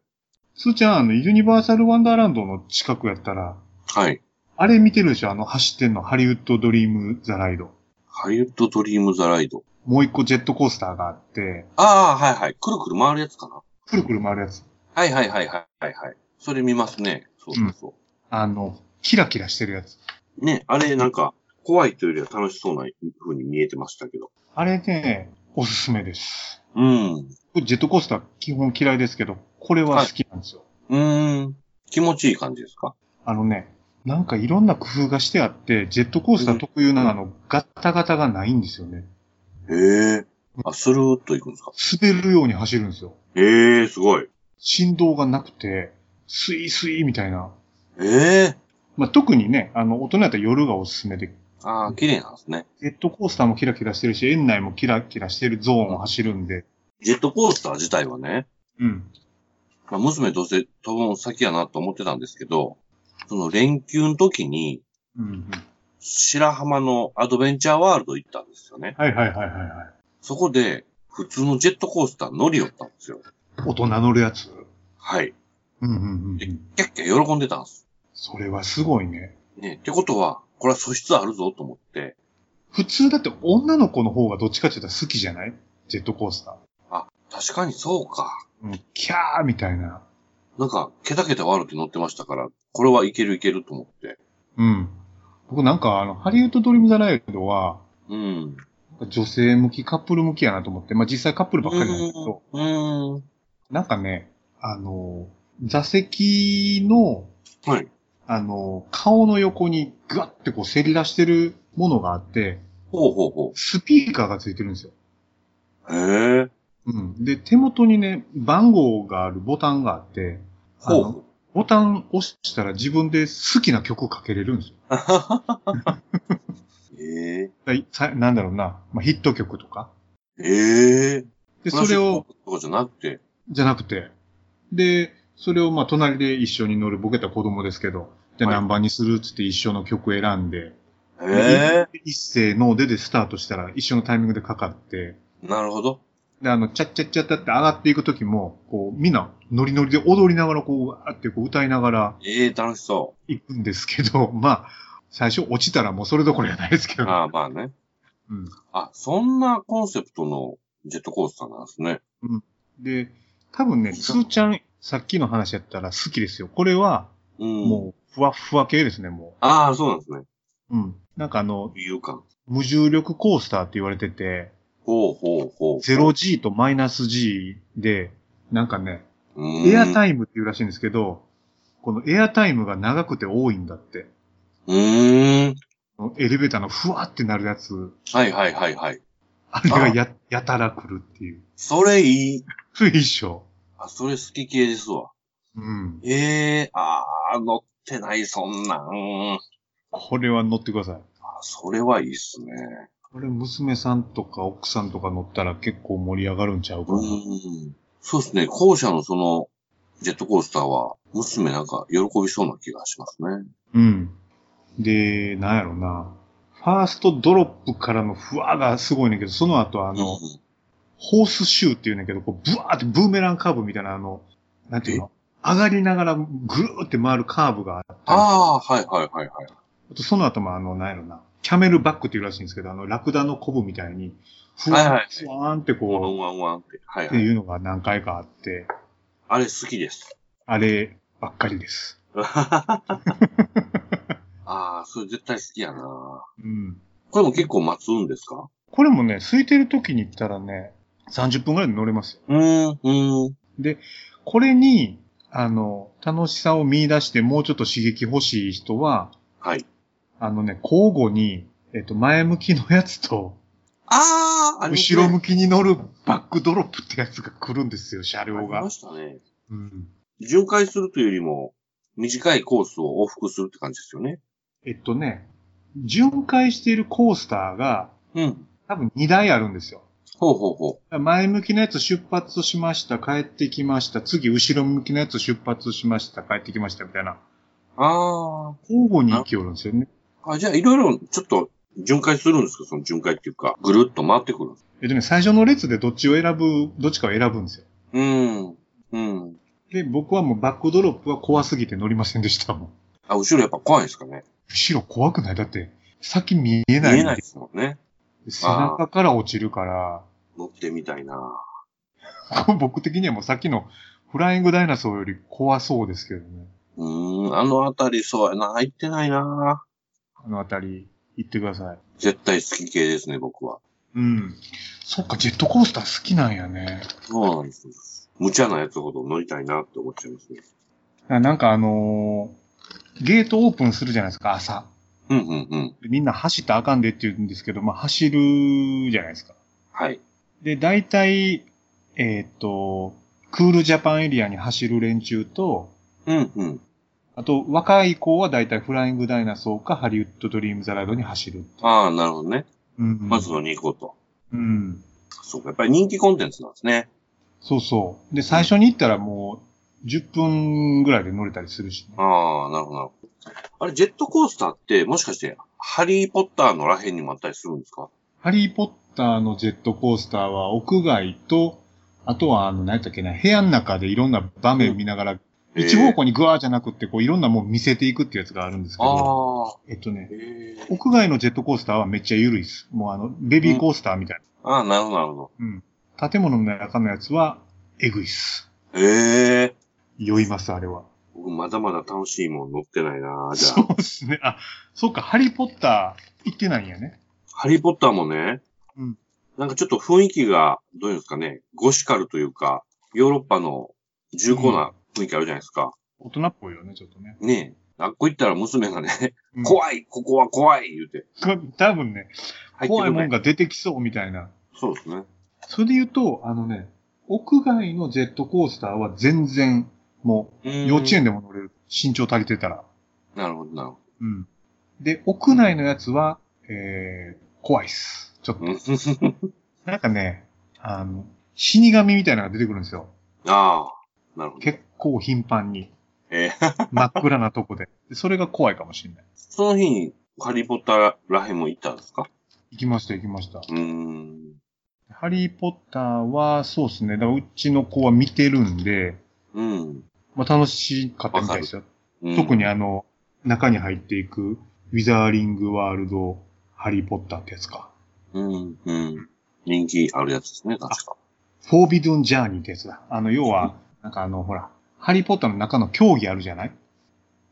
Speaker 2: すーちゃん、あの、ユニバーサルワンダーランドの近くやったら、
Speaker 1: はい。
Speaker 2: あれ見てるでしょあの、走ってんの、ハリウッドドリームザライド。
Speaker 1: ハリウッドドリームザライド。
Speaker 2: もう一個ジェットコースターがあって、
Speaker 1: ああ、はいはい。くるくる回るやつかな。
Speaker 2: くるくる回るやつ。
Speaker 1: はいはいはいはいはいはい。それ見ますね。そうそうそ
Speaker 2: あの、キラキラしてるやつ。
Speaker 1: う。ね、あれなんか、怖いというよりは楽しそうな風に見えてましたけど。
Speaker 2: あれね、おすすめです。
Speaker 1: うん。
Speaker 2: 僕ジェットコースター基本嫌いですけど、これは好きなんですよ。
Speaker 1: うーん。気持ちいい感じですか
Speaker 2: あのね、なんかいろんな工夫がしてあって、ジェットコースター特有なあの、ガッタガタがないんですよね。
Speaker 1: へえあ、スルーっと行くんですか
Speaker 2: 滑るように走るんですよ。
Speaker 1: ええすごい。
Speaker 2: 振動がなくて、スイスイみたいな。
Speaker 1: ええ
Speaker 2: まあ、特にね、あの、大人やったら夜がおすすめで、
Speaker 1: ああ、綺麗なんですね。
Speaker 2: ジェットコースターもキラキラしてるし、園内もキラキラしてるゾーンを走るんで、
Speaker 1: ジェットコースター自体はね、
Speaker 2: うん。
Speaker 1: まあ、娘どうせ飛ぶの先やなと思ってたんですけど、その連休の時に、
Speaker 2: うん、うん。
Speaker 1: 白浜のアドベンチャーワールド行ったんですよね。
Speaker 2: はいはいはいはいはい。
Speaker 1: そこで、普通のジェットコースター乗り寄ったんですよ。
Speaker 2: 大人乗るやつ。
Speaker 1: はい。
Speaker 2: うんうんうんう
Speaker 1: え
Speaker 2: ん。
Speaker 1: キャッキャ喜んでたんです。
Speaker 2: それはすごいね。
Speaker 1: ねってことは、これは素質あるぞと思って、
Speaker 2: 普通だって女の子の方がどっちかって言ったら好きじゃないジェットコースター。
Speaker 1: 確かにそうか。
Speaker 2: うん、キャーみたいな。
Speaker 1: なんか、ケタケタワールド乗ってましたから、これはいけるいけると思って。
Speaker 2: うん。僕なんかあの、ハリウッドドリームザライドは、
Speaker 1: うん。
Speaker 2: 女性向き、カップル向きやなと思って、まあ実際カップルばっかりなんですけど、
Speaker 1: うーん。
Speaker 2: なんかね、あの、座席の、
Speaker 1: はい。
Speaker 2: あの、顔の横にガッてこうせり出してるものがあって、
Speaker 1: ほうほうほ
Speaker 2: スピーカーがついてるんですよ。
Speaker 1: う。へえ。
Speaker 2: うん。で、手元にね、番号があるボタンがあって、あ
Speaker 1: ほ
Speaker 2: の
Speaker 1: う。
Speaker 2: ボタン押したら自分で好きな曲かけれるんですよ。
Speaker 1: え
Speaker 2: ださなんだろうな、まあ、ヒット曲とか。
Speaker 1: え。ええ。
Speaker 2: で、それを、。
Speaker 1: とかじゃなくて。
Speaker 2: じゃなくて、で、それをまあ隣で一緒に乗るボケた子供ですけど、じゃあ
Speaker 1: はい
Speaker 2: 何番にするっつって一緒の曲選んで、
Speaker 1: ええ。
Speaker 2: で一斉のででスタートしたら一緒のタイミングでかかって、
Speaker 1: なるほど。
Speaker 2: で、あの、チャッチャッチャッチャって上がっていく時も、こう、みんなノリノリで踊りながらこう、わーってこう歌いながら
Speaker 1: ええ、楽しそ
Speaker 2: 行くんですけど、 まあ、最初落ちたらもうそれどころじゃないですけ
Speaker 1: う。
Speaker 2: ど、
Speaker 1: ああ、まあね。
Speaker 2: うん。
Speaker 1: あ、そんなコンセプトのジェットコースターなんですね。
Speaker 2: で、多分ね、スーちゃん、さっきの話やったら好きですよ。これは、
Speaker 1: うん。
Speaker 2: もう、ふわっふわ系ですね、も
Speaker 1: ああ、そうなんですね。
Speaker 2: う。うん。なんかあの、
Speaker 1: 浮遊感。
Speaker 2: 無重力コースターって言われてて、
Speaker 1: ほうほうほう。
Speaker 2: 0G とマイナス G で、なんかね、
Speaker 1: うん。
Speaker 2: エア
Speaker 1: イ
Speaker 2: タイムっていうらしいんですけど、このエアタイムが長くて多いんだって。
Speaker 1: ム。うーん。
Speaker 2: このエレベーターのふわってなるやつ、
Speaker 1: はいはいはいはい。
Speaker 2: あれがや、やたら来るっていう。
Speaker 1: それいい。
Speaker 2: 水晶。
Speaker 1: あ、それ好き系ですわ。
Speaker 2: うん。
Speaker 1: ええああ、乗ってない、そんなん。
Speaker 2: これは乗ってください。
Speaker 1: あそれはいいっすね。
Speaker 2: これ娘さんとか奥さんとか乗ったら結構盛り上がるんちゃうか
Speaker 1: う
Speaker 2: な。
Speaker 1: ん。そうですね。後者のその、ジェットコースターは、娘なんか喜びそうな気がしますね。
Speaker 2: うん。で、なんやろな。ファーストドロップからのふわがすごいねんけど、その後あ
Speaker 1: あ
Speaker 2: の、ホースシューっていうんだけど、こう、ブワーってブーメランカーブみたいな、あの、なんていうの上がりながらぐるーって回るカーブがあったり
Speaker 1: ああ、はいはいはいはい。
Speaker 2: あとその後もあの、なんやろな、キャメルバックっていうらしいんですけど、あの、ラクダのコブみたいに、ふわ
Speaker 1: はいはい
Speaker 2: ふわーんって
Speaker 1: ワン
Speaker 2: こ、
Speaker 1: ワンワンって。はいう
Speaker 2: っ
Speaker 1: はい。
Speaker 2: ていうのが何回かあって、
Speaker 1: あれ好き です。
Speaker 2: あればっかりです。
Speaker 1: ああ、それ絶対好きやな。
Speaker 2: うん。
Speaker 1: これも結構待つんですか
Speaker 2: これもね、空いてる時に行ったらね、30分ぐらいで乗れますよ。
Speaker 1: うーん、うーん。
Speaker 2: これに、あの、楽しさを見出してもうちょっと刺激欲しい人は、
Speaker 1: はい。
Speaker 2: あのね、交互に、えっと、前向きのやつと、
Speaker 1: あー、ありますね
Speaker 2: 後ろ向きに乗るバックドロップってやつが来るんですよ、車両
Speaker 1: あり
Speaker 2: が
Speaker 1: ま。したね。
Speaker 2: うん、
Speaker 1: 巡回するというよりも、短いコースを往復するって感じですよね。
Speaker 2: えっとね、巡回しているコースターが
Speaker 1: うん。
Speaker 2: 多分2台あるんですよ。
Speaker 1: ほうほうほ
Speaker 2: 前向きのやつ出発しました、帰ってきました、次後ろ向きのやつ出発しました、帰ってきました、みたいな。
Speaker 1: う。あ
Speaker 2: 交互に行きおるんですよね。
Speaker 1: ー。あ、じゃあ、いろいろ、ちょっと、巡回するんですかその巡回っていうか、ぐるっと回ってくるんですか
Speaker 2: えっとね、最初の列でどっちを選ぶ、どっちかを選ぶんですよ。
Speaker 1: うーん。うん。
Speaker 2: で、僕はもうバックドロップは怖すぎて乗りませんでしたもん。
Speaker 1: あ、後ろやっぱ怖いですかね
Speaker 2: 後ろ怖くないだって、先見えない
Speaker 1: 見
Speaker 2: んで
Speaker 1: えないですもんね。
Speaker 2: 背中から落ちるから、
Speaker 1: 乗ってみたいな
Speaker 2: 僕的にはもうさっきのフライングダイナソーより怖そうですけどね。
Speaker 1: うーん、あのあたりそうやな。入ってないな
Speaker 2: あのあたり、行ってください。
Speaker 1: 絶対好き系ですね、僕は。
Speaker 2: うん。そっか、ジェットコースター好きなんやね。
Speaker 1: そうなんですよ。無茶なやつほど乗りたいなって思っちゃいますね。
Speaker 2: ななんかあのーゲートオープンするじゃないですか、朝。
Speaker 1: うん、うん、うん。
Speaker 2: みんな走ったらあかんでって言うんですけど、まあ走るじゃないですか。
Speaker 1: はい。
Speaker 2: で、大体、えーっと、クールジャパンエリアに走る連中と、
Speaker 1: うん、うん。
Speaker 2: あと、若い子は大体フライングダイナソーかハリウッドドリームザライドに走る。
Speaker 1: ああ、なるほどね。
Speaker 2: うん
Speaker 1: まずの2個と。
Speaker 2: うん。
Speaker 1: そうか、やっぱり人気コンテンツなんですね。
Speaker 2: そうそう。で、最初に行ったらもう、10分ぐらいで乗れたりするしね、
Speaker 1: ああ、なるほどなるほど。あれ、ジェットコースターって、もしかして、ハリーポッターのらへんにもあったりするんですか
Speaker 2: ハリーポッターのジェットコースターは屋外と、あとは、あの、何やったっけな、部屋の中でいろんな場面見ながら、一方向にグワーじゃなくって、こう、いろんなもん見せていくっていうやつがあるんですけど、
Speaker 1: ああ、
Speaker 2: えっとね、
Speaker 1: へえ
Speaker 2: 屋外のジェットコースターはめっちゃ緩いです。もうあの、ベビーコースターみたい
Speaker 1: ああ、なるほど、なるほど。
Speaker 2: な。うん。建物の中のやつは、えぐいっす。
Speaker 1: ええ
Speaker 2: 酔います、あれは。
Speaker 1: 僕、まだまだ楽しいもん乗ってないなじゃ
Speaker 2: そ
Speaker 1: あ。
Speaker 2: うですね。あ、そうか、ハリーポッター行ってないんやね。
Speaker 1: ハリーポッターもね、
Speaker 2: うん
Speaker 1: なんかちょっと雰囲気が、どういうんですかね、ゴシカルというか、ヨーロッパの重厚な雰囲気あるじゃないですか。
Speaker 2: 大人っぽいよね、ちょっとね。
Speaker 1: ねえ。あっこ行ったら娘がね、
Speaker 2: うん
Speaker 1: 怖いここは怖い言うて。
Speaker 2: 多分
Speaker 1: 入っ
Speaker 2: ね、
Speaker 1: てくれ
Speaker 2: 怖いもんが出てきそうみたいな。
Speaker 1: そうですね。
Speaker 2: それで言うと、あのね、屋外のジェットコースターは全然、もう、幼稚園でも乗れる。身長足りてたら。
Speaker 1: なるほど、なるほ
Speaker 2: うん。で、屋内のやつは、えー、怖いっす。ちょっと。
Speaker 1: どうん。
Speaker 2: なんかね、あの、死神みたいなのが出てくるんですよ。
Speaker 1: ああ、なるほど。
Speaker 2: 結構頻繁に。
Speaker 1: え
Speaker 2: 真っ暗なとこで。でそれが怖いかもしれない。
Speaker 1: その日に、ハリーポッターらへんも行ったんですか
Speaker 2: 行きました、行きました。
Speaker 1: うーん。
Speaker 2: ハリーポッターは、そうですね。だからうちの子は見てるんで、
Speaker 1: うん。
Speaker 2: まあ、楽しかったみたいですよ。
Speaker 1: うん
Speaker 2: 特にあの、中に入っていく、ウィザーリングワールド、ハリーポッターってやつか。
Speaker 1: うん、うん。人気あるやつですね、確か。
Speaker 2: フォービドゥンジャーニーってやつだ。あの、要は、なんかあの、ほら、ハリーポッターの中の競技あるじゃない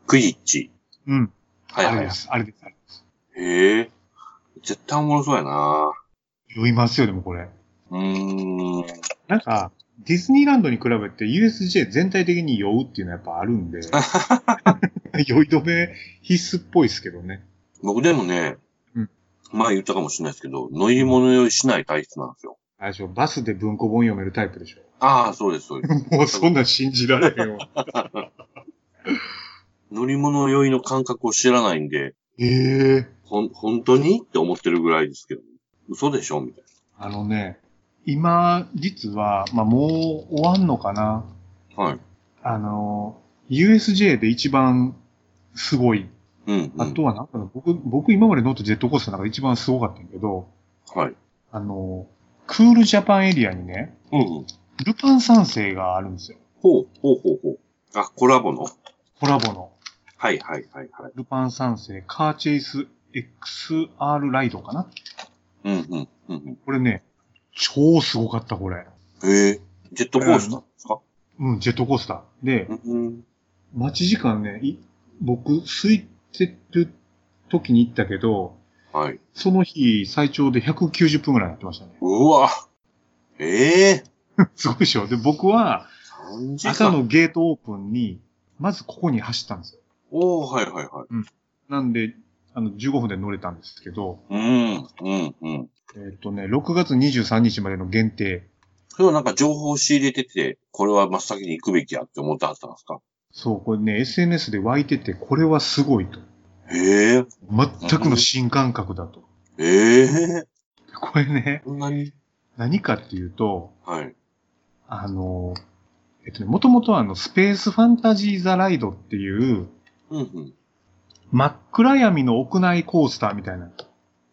Speaker 1: クイッチ。
Speaker 2: うん。
Speaker 1: はい
Speaker 2: あ
Speaker 1: は
Speaker 2: れ
Speaker 1: い
Speaker 2: で。す、あれです、あれです。
Speaker 1: へえ。絶対おもろそうやな
Speaker 2: 酔いますよ、でもこれ。
Speaker 1: うーん。
Speaker 2: なんか、ディズニーランドに比べて USJ 全体的に酔うっていうのはやっぱあるんで、酔い止め必須っぽいですけどね。
Speaker 1: 僕でもね、
Speaker 2: うん
Speaker 1: 前言ったかもしれないですけど、乗り物酔いしない体質なんですよ。
Speaker 2: あれでしょ、バスで文庫本読めるタイプでしょ。
Speaker 1: ああ、そうです、そうです。
Speaker 2: もうそんなん信じられへんわ。
Speaker 1: 乗り物酔いの感覚を知らないんで、
Speaker 2: ええ
Speaker 1: ほん、本当にって思ってるぐらいですけど、嘘でしょみたい
Speaker 2: あのね、今、実は、まあ、もう終わんのかな。
Speaker 1: な。はい。
Speaker 2: あの、USJ で一番すごい。
Speaker 1: うん、うん。
Speaker 2: あとはなんかの、僕、僕今まで乗ったジェットコースターの中で一番すごかったんやけど、
Speaker 1: はい。
Speaker 2: あの、クールジャパンエリアにね、
Speaker 1: うん、うん。
Speaker 2: ルパン三世があるんですよ。
Speaker 1: ほう、ほうほうほう。あ、コラボの。
Speaker 2: コラボの。
Speaker 1: はい、はい、はい、はい。
Speaker 2: ルパン三世、カーチェイス XR ライドかな
Speaker 1: うん、うん、うん
Speaker 2: これね、超すごかった、これ。
Speaker 1: うん。へえ。ジェットコースターですか
Speaker 2: うん、ジェットコースター。で、
Speaker 1: うん。
Speaker 2: 待ち時間ね、い僕、空いてる時に行ったけど、
Speaker 1: はい。
Speaker 2: その日、最長で190分ぐらいやってましたね。
Speaker 1: うわええ
Speaker 2: すごいでしょで、僕は、
Speaker 1: ー、3時間。
Speaker 2: 朝のゲートオープンに、まずここに走ったんですよ。
Speaker 1: おおはいはいはい。
Speaker 2: なんで、あの、15分で乗れたんですけど、
Speaker 1: うん、うん、うん。
Speaker 2: えっ、とね、6月23日までの限定。
Speaker 1: それはなんか情報を仕入れてて、これは真っ先に行くべきやって思ってはったんですか
Speaker 2: そう、これね、SNS で湧いてて、これはすごいと。
Speaker 1: へえ、
Speaker 2: 全くの新感覚だと。
Speaker 1: ええ
Speaker 2: これね、
Speaker 1: そんなに
Speaker 2: 何かっていうと、
Speaker 1: はい。
Speaker 2: あの、えっとね、もともとはあの、スペースファンタジーザライドっていう、
Speaker 1: うん、うん。
Speaker 2: 真っ暗闇の屋内コースターみたいな、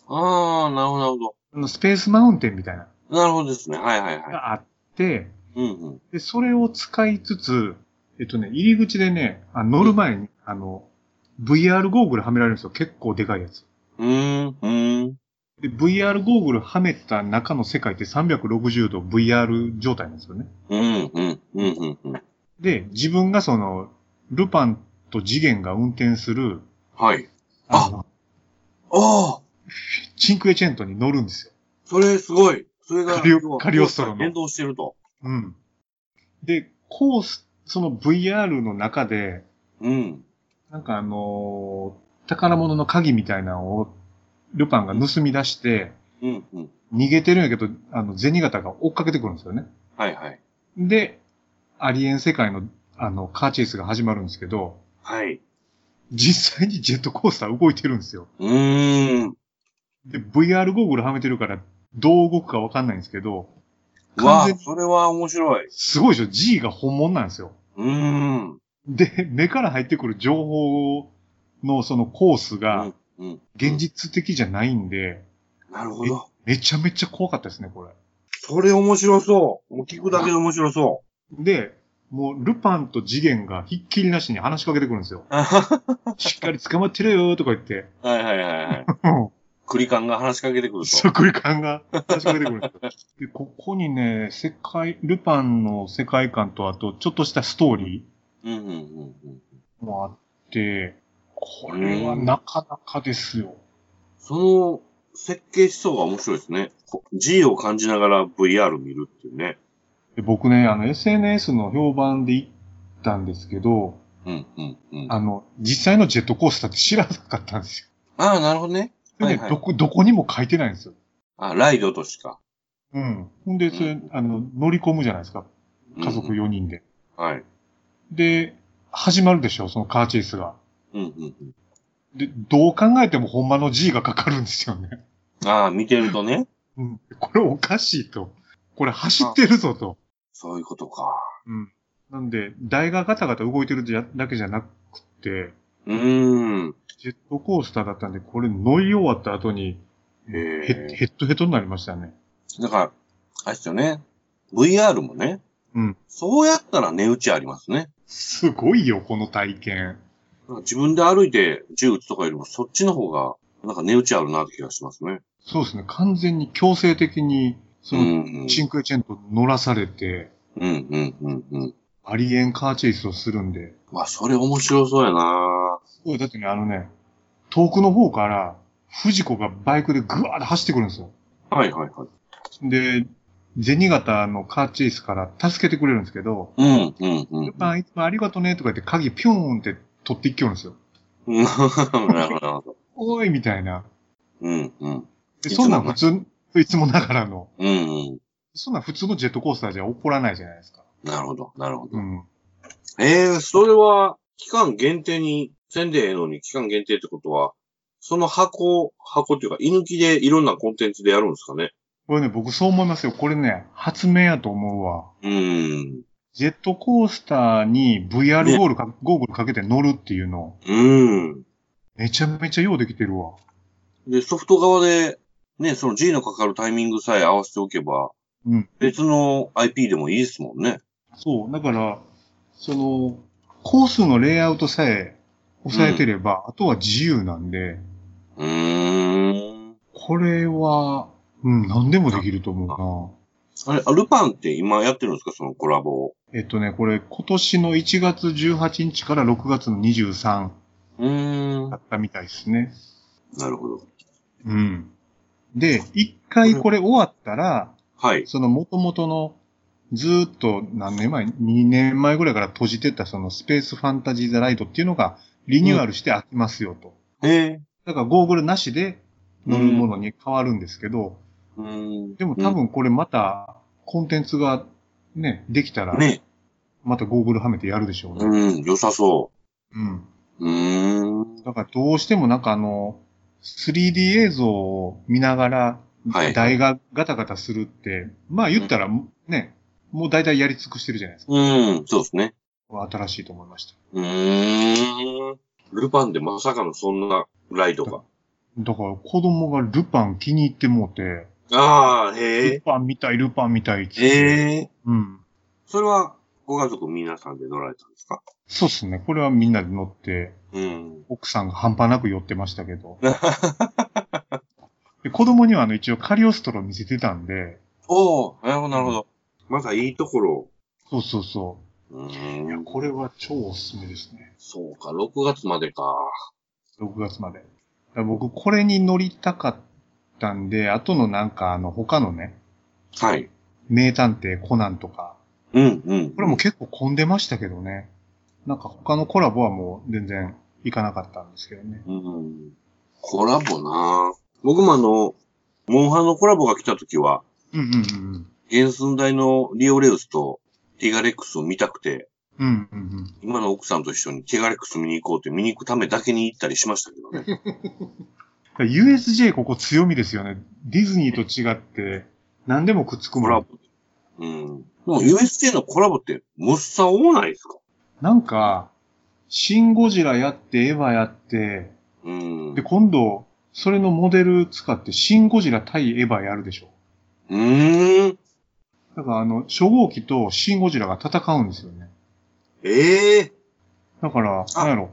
Speaker 1: ああ、なるほど、なるほど。
Speaker 2: あのスペースマウンテンみたいな、
Speaker 1: なるほどですね。はいはいはい。
Speaker 2: があって、
Speaker 1: うん、うん。
Speaker 2: で、それを使いつつ、えっとね、入り口でね、あ乗る前に、あの、VR ゴーグルはめられるんですよ。結構でかいやつ。
Speaker 1: うーん、うーん。
Speaker 2: で、VR ゴーグルはめた中の世界って360度 VR 状態なんですよね。
Speaker 1: うん、うん、うん、うん、うん。
Speaker 2: で、自分がその、ルパンと次元が運転する、
Speaker 1: はい。
Speaker 2: あの、
Speaker 1: ああ
Speaker 2: チンクエチェントに乗るんですよ。
Speaker 1: それすごいそれが、
Speaker 2: カリオカリオストロの
Speaker 1: 連動してると。
Speaker 2: うん。で、コース、その VR の中で、
Speaker 1: うん。
Speaker 2: なんかあのー宝物の鍵みたいなのを、ルパンが盗み出して、
Speaker 1: うん、うん。
Speaker 2: 逃げてるんやけど、あの、銭形が追っかけてくるんですよね。
Speaker 1: はいはい。
Speaker 2: で、アリエン世界の、あの、カーチェイスが始まるんですけど、
Speaker 1: はい。
Speaker 2: 実際にジェットコースター動いてるんですよ。
Speaker 1: うーん。
Speaker 2: で、VR ゴーグルはめてるから、どう動くかわかんないんですけど、
Speaker 1: うわ
Speaker 2: 完全に
Speaker 1: それは面白い。
Speaker 2: すごいでしょ ?G が本物なんですよ。
Speaker 1: うーん。
Speaker 2: で、目から入ってくる情報のそのコースが、
Speaker 1: うんうん。
Speaker 2: 現実的じゃないんで、
Speaker 1: なるほど。
Speaker 2: めちゃめちゃ怖かったですね、これ。
Speaker 1: それ面白そう。もう聞くだけで面白そ。
Speaker 2: で、もう、ルパンと次元がひっきりなしに話しかけてくるんですよ
Speaker 1: う。は
Speaker 2: しっかり捕まってるよーとか言って、
Speaker 1: いはいはい はい。クリカンが話しかけてくる
Speaker 2: そ
Speaker 1: と。
Speaker 2: っくり感が話しかけてくるんですよ。で、ここにね、世界、ルパンの世界観と、あと、ちょっとしたストーリ
Speaker 1: うんうんうんうん。
Speaker 2: ーもあって、これはなかなかですよ。
Speaker 1: その設計思想が面白いですね。こ G を感じながら VR 見るっていうね。
Speaker 2: で僕ね、あの、SNS の評判で行ったんですけど、
Speaker 1: うんうんうん。あ
Speaker 2: あの、実際のジェットコースターって知らなかったんですよ。
Speaker 1: あー、なるほどね。
Speaker 2: でね、
Speaker 1: はいはい
Speaker 2: どこ、どこにも書いてないんですよ。
Speaker 1: あ、ライドとしか。
Speaker 2: うん。ほんで、そ
Speaker 1: う
Speaker 2: れ、
Speaker 1: ん
Speaker 2: あの、乗り込むじゃないですか。
Speaker 1: うん
Speaker 2: 家族4人で。
Speaker 1: はい。
Speaker 2: で、始まるでしょ、そのカーチェイスが。
Speaker 1: うんうんうん。
Speaker 2: で、どう考えてもほんまの G がかかるんですよね。
Speaker 1: ああ、見てるとね。
Speaker 2: うん。これおかしいと。これ走ってるぞと。
Speaker 1: そういうことか。
Speaker 2: うん。なんで、台がガタガタ動いてるだだけじゃなくて、
Speaker 1: うーん。
Speaker 2: ジェットコースターだったんで、これ乗り終わった後に、
Speaker 1: へえ
Speaker 2: ヘッ。ヘッドヘッドになりましたね。
Speaker 1: だから、あれですよね。VR もね。
Speaker 2: うん。
Speaker 1: そうやったら値打ちありますね。
Speaker 2: すごいよ、この体験。
Speaker 1: なんか自分で歩いて銃撃つとかよりもそっちの方が、なんか値打ちあるなって気がしますね。
Speaker 2: そうですね、完全に強制的に、その、
Speaker 1: うん
Speaker 2: チンクエチェント乗らされて、
Speaker 1: うんうんうんうん。
Speaker 2: アリエンカーチェイスをするんで、
Speaker 1: まあ、それ面白そうやな
Speaker 2: すごい、だってね、あのね、遠くの方から、藤子がバイクでぐわーって走ってくるんですよ。
Speaker 1: はいはいはい。
Speaker 2: で、銭形のカーチェイスから助けてくれるんですけど、
Speaker 1: うんうんうん。
Speaker 2: ルパンいつもありがとねとか言って鍵ピューンって取っていきよるんですよ。
Speaker 1: うん なるほどなるほど。
Speaker 2: おーいみたいな。
Speaker 1: うんうん。
Speaker 2: で
Speaker 1: いつ
Speaker 2: そ
Speaker 1: も
Speaker 2: ん
Speaker 1: な
Speaker 2: なん普通、いつもながらの。
Speaker 1: うんうん。
Speaker 2: そんなん普通のジェットコースターじゃ起こらないじゃないですか。
Speaker 1: なるほど、なるほど。
Speaker 2: うん。
Speaker 1: ええそれは、期間限定に、せんでええのに期間限定ってことは、その箱、箱っていうか、居抜きでいろんなコンテンツでやるんですかね。
Speaker 2: これね、僕そう思いますよ。これね、発明やと思うわ。
Speaker 1: うーん。
Speaker 2: ジェットコースターに VR ゴールか、ゴーグルかけて乗るっていうの、
Speaker 1: うーん。
Speaker 2: めちゃめちゃようできてるわ。
Speaker 1: で、ソフト側で、ね、その G のかかるタイミングさえ合わせておけば、
Speaker 2: うん
Speaker 1: 別の IP でもいいですもんね。
Speaker 2: そう。だから、その、コースのレイアウトさえ抑えてれば、あとは自由なんで、
Speaker 1: うーん。
Speaker 2: これは、うん、何でもできると思
Speaker 1: あれ、アルパンって今やってるんですかそのコラボを。
Speaker 2: うな。えっとね、これ、今年の1月18日から6月の23
Speaker 1: うーん。
Speaker 2: だ
Speaker 1: な
Speaker 2: ったみたいですね。
Speaker 1: るほど。
Speaker 2: うん。で、一回これ終わったら、
Speaker 1: はい。
Speaker 2: その元々の、ずーっと何年前 ?2 年前ぐらいから閉じてたそのスペースファンタジーザライトっていうのがリニューアルして開きますよと。
Speaker 1: ええ
Speaker 2: だからゴーグルなしで乗るものに変わるんですけど、
Speaker 1: うーん。
Speaker 2: でも多分これまたコンテンツがね、できたら、
Speaker 1: ね。
Speaker 2: またゴーグルはめてやるでしょうね。
Speaker 1: うん、良さそ
Speaker 2: うん。
Speaker 1: う。うーん。
Speaker 2: だからどうしてもなんかあの、3D 映像を見ながら
Speaker 1: はい、
Speaker 2: 台がガタガタするって、まあ言ったらね、もう大体やり尽くしてるじゃないですか。
Speaker 1: うん、そうですね。
Speaker 2: 新しいと思いました。
Speaker 1: うーん。ルパンでまさかのそんなライドが。
Speaker 2: だから子供がルパン気に入ってもうて、
Speaker 1: ああ、へ
Speaker 2: ル
Speaker 1: え。
Speaker 2: パン見たい、ルパン見たいっつって。
Speaker 1: ええ
Speaker 2: うん。
Speaker 1: それは、ご家族皆さんで乗られたんですか
Speaker 2: そうっすね。これはみんなで乗って、
Speaker 1: うん。
Speaker 2: 奥さんが半端なく寄ってましたけど。で子供にはあの一応カリオストロ見せてたんで、
Speaker 1: おおなるほど、なるほど。またいいところ
Speaker 2: そうそうそうう。いや、
Speaker 1: ーん。
Speaker 2: これは超おすすめですね。
Speaker 1: そうか、6月までか。
Speaker 2: 6月まで。だから僕、これに乗りたかったんで、後のなんかあの他のね、
Speaker 1: はい。
Speaker 2: 名探偵コナンとか、
Speaker 1: うん、うん。
Speaker 2: これも結構混んでましたけどね。なんか他のコラボはもう全然行かなかったんですけどね。
Speaker 1: うん。コラボな僕もあの、モンハンのコラボが来た時は、
Speaker 2: うんうんうん。
Speaker 1: 原寸大のリオレウスとティガレックスを見たくて、
Speaker 2: うんうん
Speaker 1: 今の奥さんと一緒にティガレックス見に行こうって見に行くためだけに行ったりしましたけどね。
Speaker 2: うん。USJ ここ強みですよね。ディズニーと違って、何でもくっつく
Speaker 1: コ
Speaker 2: も
Speaker 1: ラ
Speaker 2: ん
Speaker 1: ボ。うん。でも USJ のコラボって、もっさ多ないですか
Speaker 2: なんか、シン・ゴジラやって、エヴァやって、
Speaker 1: うん。
Speaker 2: で、
Speaker 1: う
Speaker 2: 今度、それのモデル使って、シン・ゴジラ対エヴァやるでしょ。
Speaker 1: ーん。
Speaker 2: だから、あの、初号機とシン・ゴジラが戦うんですよね。
Speaker 1: ええ
Speaker 2: だから、
Speaker 1: あ
Speaker 2: なんやろ。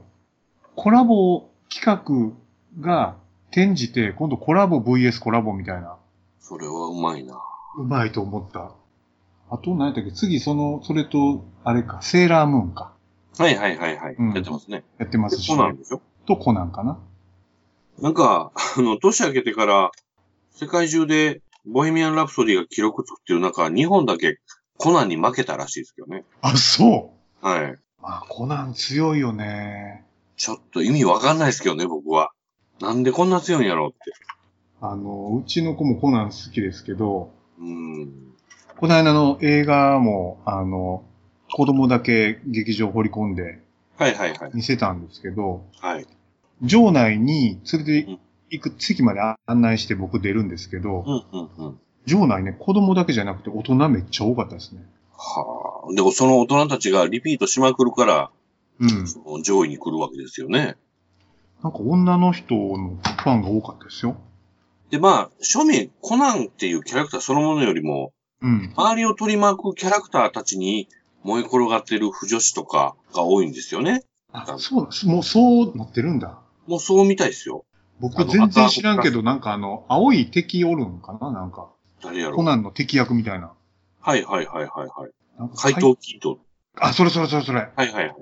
Speaker 2: コラボ企画が転じて、今度コラボ VS コラボみたいな。
Speaker 1: それはうまいな。
Speaker 2: うまいと思った。あと、何やったっけ次、その、それと、あれか、セーラームーンか。
Speaker 1: はいはいはいはい。
Speaker 2: うん
Speaker 1: やってますね。
Speaker 2: やってま
Speaker 1: です
Speaker 2: し。
Speaker 1: そうなんでしょ
Speaker 2: とコナンかな。
Speaker 1: なんか、あの、年明けてから、世界中でボヘミアン・ラプソディが記録作ってる中、日本だけコナンに負けたらしいですけどね。
Speaker 2: あ、そう
Speaker 1: はい。
Speaker 2: まあ、コナン強いよね。
Speaker 1: ちょっと意味わかんないですけどね、僕は。なんでこんな強いんやろうって。
Speaker 2: あの、うちの子もコナン好きですけど、
Speaker 1: うーん。
Speaker 2: この間の映画も、あの、子供だけ劇場掘り込んで
Speaker 1: はいはいはい。
Speaker 2: 見せたんですけど、
Speaker 1: はい。
Speaker 2: 場内に連れて行く席まで案内して僕出るんですけど
Speaker 1: う、んうんうん。
Speaker 2: 場内ね、子供だけじゃなくて大人めっちゃ多かったですね。
Speaker 1: はあ。でもその大人たちがリピートしまくるから、
Speaker 2: うん。
Speaker 1: その上位に来るわけですよね。
Speaker 2: なんか女の人のファンが多かったですよ。
Speaker 1: で、まあ、庶民、コナンっていうキャラクターそのものよりも、
Speaker 2: うん。
Speaker 1: 周りを取り巻くキャラクターたちに燃え転がってる腐女子とかが多いんですよね。
Speaker 2: あ、そうだ。もうそうなってるんだ。
Speaker 1: もうそうみたいですよ。
Speaker 2: 僕全然知らんけど、なんかあの、青い敵おるんかななんか。
Speaker 1: 誰やろ
Speaker 2: コ
Speaker 1: う。
Speaker 2: ナンの敵役みたいな。
Speaker 1: はいはいはいはいはい。
Speaker 2: なんか
Speaker 1: 怪盗キッド。
Speaker 2: あ、それそれそれそれ。
Speaker 1: はいはいはい。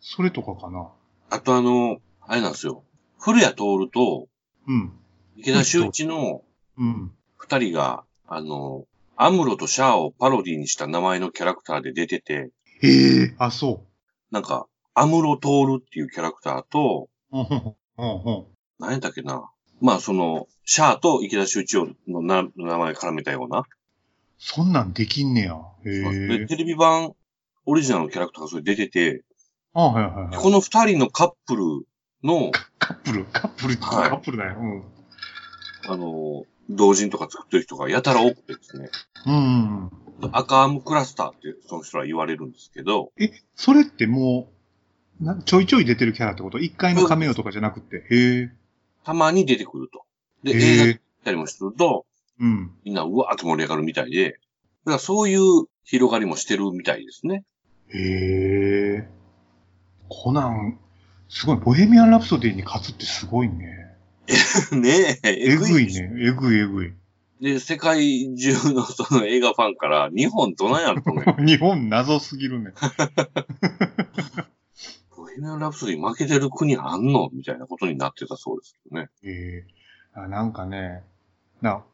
Speaker 2: それとかかな。
Speaker 1: あとあの、あれなんですよ。古谷徹と
Speaker 2: うん。
Speaker 1: 池田修一の
Speaker 2: うん。
Speaker 1: 二人が、あの、アムロとシャアをパロディにした名前のキャラクターで出てて、
Speaker 2: へえ。あ、そ
Speaker 1: なんか、アムロ徹っていうキャラクターと、
Speaker 2: う。うんうんうん
Speaker 1: 何やったっけな。まあその、シャアと池田修一のな名前絡めたような。
Speaker 2: そんなんできんねや。へ
Speaker 1: で
Speaker 2: え。
Speaker 1: テレビ版オリジナルのキャラクターがそれ出てて、
Speaker 2: あ、はいはいは
Speaker 1: こ
Speaker 2: い。
Speaker 1: の二人のカップルの、
Speaker 2: カップル、カップル、カ
Speaker 1: はい
Speaker 2: ップルだよ。うん。うん
Speaker 1: あの、同人とか作ってる人がやたら多くてですね、
Speaker 2: うんうん。
Speaker 1: 赤アームクラスターってその人は言われるんですけど、
Speaker 2: え、それってもう、なちょいちょい出てるキャラってこと一回のカメオとかじゃなくて。へえ。
Speaker 1: たまに出てくると。で、映画
Speaker 2: へ
Speaker 1: 見
Speaker 2: え。
Speaker 1: たりもすると、
Speaker 2: うん。
Speaker 1: みんなうわーって盛り上がるみたいで、だからそういう広がりもしてるみたいですね。
Speaker 2: へえ。コナン、すごい。ボヘミアン・ラプソディに勝つってすごいね。
Speaker 1: ねえ、
Speaker 2: え
Speaker 1: え
Speaker 2: ぐい。ね。えぐいえぐい。
Speaker 1: で、世界中のその映画ファンから、日本どないやろと ね、
Speaker 2: 日本謎すぎるね。
Speaker 1: ボヘミアン・ラプソディ負けてる国あんのみたいなことになってたそうですけどね。
Speaker 2: ええあなんかね、な、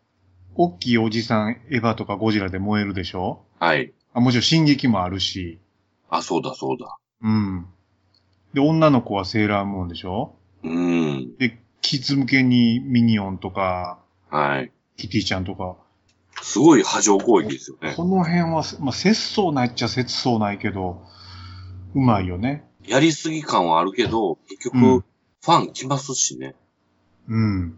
Speaker 2: 大きいおじさん、エヴァとかゴジラで燃えるでしょ
Speaker 1: はい。
Speaker 2: あ、もちろん進撃もあるし、
Speaker 1: あ、そうだ、そうだ。
Speaker 2: うん。で、女の子はセーラームーンでしょ
Speaker 1: うん。
Speaker 2: で、キッズ向けにミニオンとか、
Speaker 1: はい。
Speaker 2: キティちゃんとか、
Speaker 1: すごい波状攻撃ですよね。
Speaker 2: この辺は、まあ、節操ないっちゃ節操ないけど、うまいよね。
Speaker 1: やりすぎ感はあるけど、結局、
Speaker 2: うん
Speaker 1: ファン来ますしね。
Speaker 2: うん。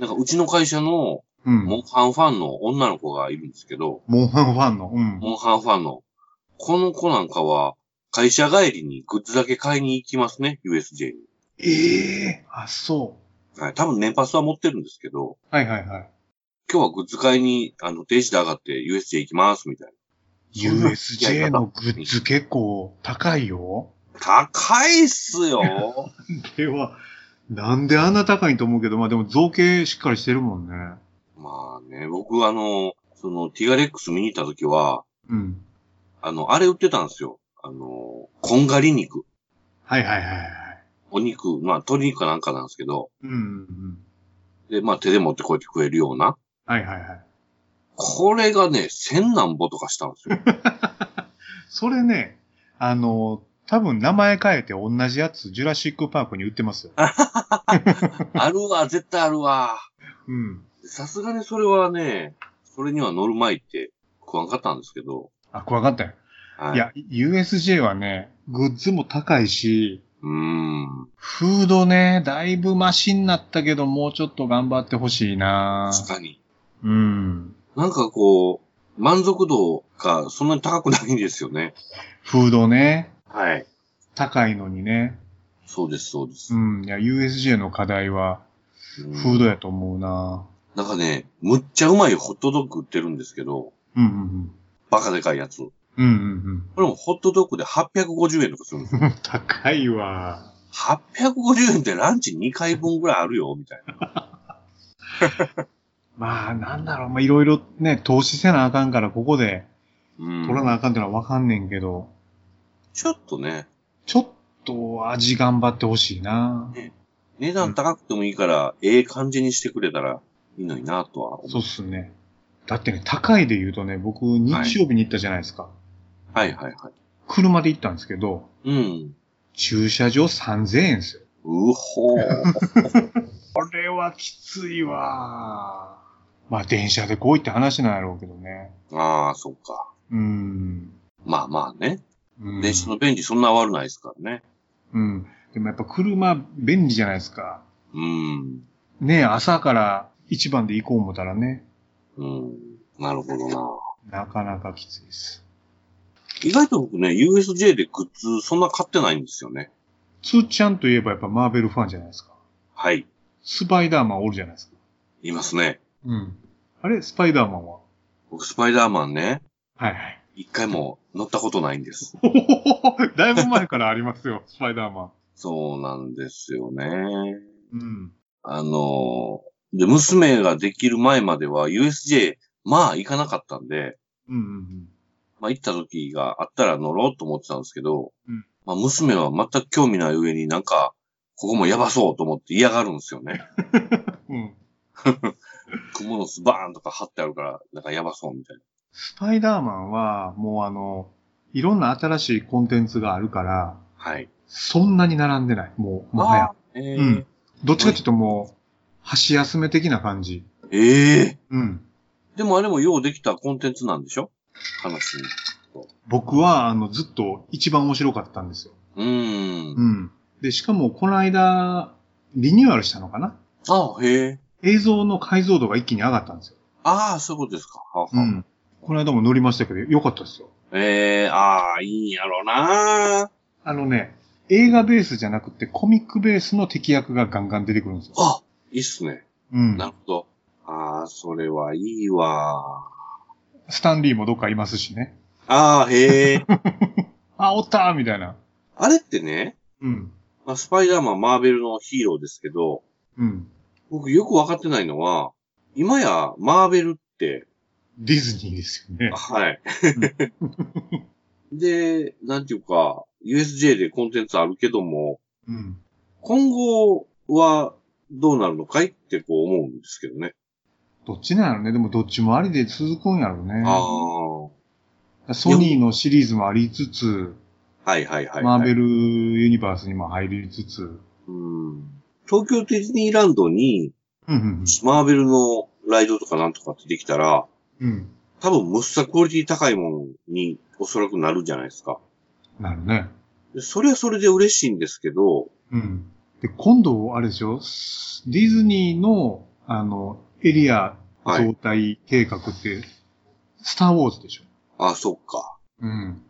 Speaker 1: なんか、うちの会社の、
Speaker 2: うん。
Speaker 1: モンハンファンの女の子がいるんですけど、
Speaker 2: モンハンファンの。うん。
Speaker 1: モンハンファンの、この子なんかは、会社帰りにグッズだけ買いに行きますね、USJ に。
Speaker 2: ええあ、そ
Speaker 1: はい。多分年パスは持ってるんですけど、
Speaker 2: う。はいはいはい。
Speaker 1: 今日はグッズ買いに、あの、定時で上がって USJ 行きます、みたいな。そんな付き合い
Speaker 2: USJ
Speaker 1: 方
Speaker 2: のグッズ結構高いよ。
Speaker 1: 高いっすよ。
Speaker 2: では、なんであんな高いと思うけど、まあでも造形しっかりしてるもんね。
Speaker 1: まあね、僕あの、その、ティガレックス見に行った時は、
Speaker 2: うん。
Speaker 1: あの、あれ売ってたんですよ。あの、こんがり肉。
Speaker 2: はいはいはいはい。
Speaker 1: お肉、まあ、鶏肉かなんかなんですけど、
Speaker 2: うんうんうん。
Speaker 1: で、まあ、手で持ってこうやって食えるような。
Speaker 2: はいはいはい。
Speaker 1: これがね、千何ぼとかしたんですよ。
Speaker 2: それね、あの、多分名前変えて同じやつ、ジュラシックパークに売ってますよ。
Speaker 1: あるわ、絶対あるわ。
Speaker 2: うん。
Speaker 1: さすがにそれはね、それには乗るまいって食わんかったんですけど。
Speaker 2: あ、怖かったよ。
Speaker 1: はい
Speaker 2: や、USJ はね、グッズも高いし、
Speaker 1: うーん。
Speaker 2: フードね、だいぶマシになったけど、もうちょっと頑張ってほしいな
Speaker 1: 確かに。
Speaker 2: うん。
Speaker 1: なんかこう、満足度がそんなに高くないんですよね。
Speaker 2: フードね、
Speaker 1: はい。
Speaker 2: 高いのにね。
Speaker 1: そうです、そうです
Speaker 2: う。ん。いや、USJ の課題は、
Speaker 1: うん
Speaker 2: フードやと思うな
Speaker 1: なんかね、むっちゃうまいホットドッグ売ってるんですけど、
Speaker 2: うんうん
Speaker 1: バカでかいやつ。こ
Speaker 2: うん。うん
Speaker 1: れもホットドッグで850円とかするんですよ。
Speaker 2: うんうん。高いわ。
Speaker 1: 850円ってランチ2回分ぐらいあるよ、みたいな。
Speaker 2: まあ、なんだろう。まあ、いろいろね、投資せなあかんから、ここで
Speaker 1: うん。
Speaker 2: 取らなあかんってのはわかんねんけど、
Speaker 1: ちょっとね、
Speaker 2: ちょっと味頑張ってほしいな
Speaker 1: ね値段高くてもいいから、ええ感じにしてくれたらいいのになとは思う。
Speaker 2: そうっすね。だってね、高いで言うとね、僕、日曜日に行ったじゃないですか。
Speaker 1: はいはいは
Speaker 2: 車で行ったんですけど、
Speaker 1: い。うん。
Speaker 2: 駐車場3000円ですよ。
Speaker 1: うほ ー。
Speaker 2: これはきついわ。まあ、電車で来いって話なんやろうけどね。
Speaker 1: ああ、そっか。
Speaker 2: うーん。
Speaker 1: まあまあね。
Speaker 2: うん
Speaker 1: 電車の便利そんな悪ないですからね。
Speaker 2: うん。でもやっぱ車便利じゃないですか。
Speaker 1: うん。
Speaker 2: ねえ朝から一番で行こう思ったらね、
Speaker 1: うん。なるほどな。
Speaker 2: なかなかきついです。
Speaker 1: 意外と僕ね、USJ でグッズそんな買ってないんですよね。
Speaker 2: つーちゃんといえばやっぱマーベルファンじゃないですか。
Speaker 1: はい。
Speaker 2: スパイダーマンおるじゃないですか。
Speaker 1: いますね。
Speaker 2: うん。あれスパイダーマンは
Speaker 1: 僕、スパイダーマンね、
Speaker 2: はいはい。
Speaker 1: 一回も乗ったことないんです。
Speaker 2: おほほほだいぶ前からありますよ、スパイダーマン。
Speaker 1: そうなんですよね。
Speaker 2: うん。
Speaker 1: あの、で、娘ができる前までは USJ、まあ行かなかったんで、
Speaker 2: うんうんうん。
Speaker 1: まあ行った時があったら乗ろうと思ってたんですけど、
Speaker 2: うん
Speaker 1: まあ娘は全く興味ない上になんか、ここもやばそうと思って嫌がるんですよね。
Speaker 2: うん。
Speaker 1: 蜘蛛の巣バーンとか貼ってあるから、なんかやばそうみたいな。
Speaker 2: スパイダーマンは、もうあの、いろんな新しいコンテンツがあるから、
Speaker 1: はい。
Speaker 2: そんなに並んでない。もう、もはや。
Speaker 1: えー
Speaker 2: うんどっちかっていうともう、箸休め的な感じ。
Speaker 1: ええ
Speaker 2: うん。
Speaker 1: でもあれもようできたコンテンツなんでしょ話に。
Speaker 2: 僕は、あの、ずっと一番面白かったんですよ。
Speaker 1: うーん。
Speaker 2: うん。で、しかも、この間、リニューアルしたのかな
Speaker 1: あへえ。
Speaker 2: 映像の解像度が一気に上がったんですよ。
Speaker 1: ああ、そういうことですか。はは
Speaker 2: うん。この間も乗りましたけど、良かったですよ。
Speaker 1: ええああ、いいんやろな
Speaker 2: あのね、映画ベースじゃなくて、コミックベースの敵役がガンガン出てくるんですよ。
Speaker 1: あいいっすね。
Speaker 2: うん
Speaker 1: な。るほど。ああ、それはいいわ。
Speaker 2: スタンリーもどっかいますしね。
Speaker 1: ああ、へえ。
Speaker 2: あ、おったーみたいな。
Speaker 1: あれってね、
Speaker 2: うん。
Speaker 1: まあ、スパイダーマン、マーベルのヒーローですけど、
Speaker 2: うん。
Speaker 1: 僕よくわかってないのは、今やマーベルって、
Speaker 2: ディズニーですよね。
Speaker 1: はい。で、なんていうか、USJ でコンテンツあるけども、
Speaker 2: うん。
Speaker 1: 今後はどうなるのかいってこう思うんですけどね。
Speaker 2: どっちなんやろね。でもどっちもありで続くんやろね。
Speaker 1: ああ。は
Speaker 2: ソニーのシリーズもありつつ、
Speaker 1: いはいはい、はい。
Speaker 2: マーベルユニバースにも入りつつ、うん
Speaker 1: うん。東京ディズニーランドに、
Speaker 2: うん
Speaker 1: マーベルのライドとかなんとかってできたら、
Speaker 2: うん、うん。
Speaker 1: 多分むっさクオリティ高いものにおそらくなるんじゃないですか。
Speaker 2: なるね。
Speaker 1: でそれはそれで嬉しいんですけど、
Speaker 2: うん。で、今度、あれでしょディズニーの、あの、エリア
Speaker 1: はい
Speaker 2: 増大計画って、スターウォーズでしょ
Speaker 1: あ、そっか。
Speaker 2: うん。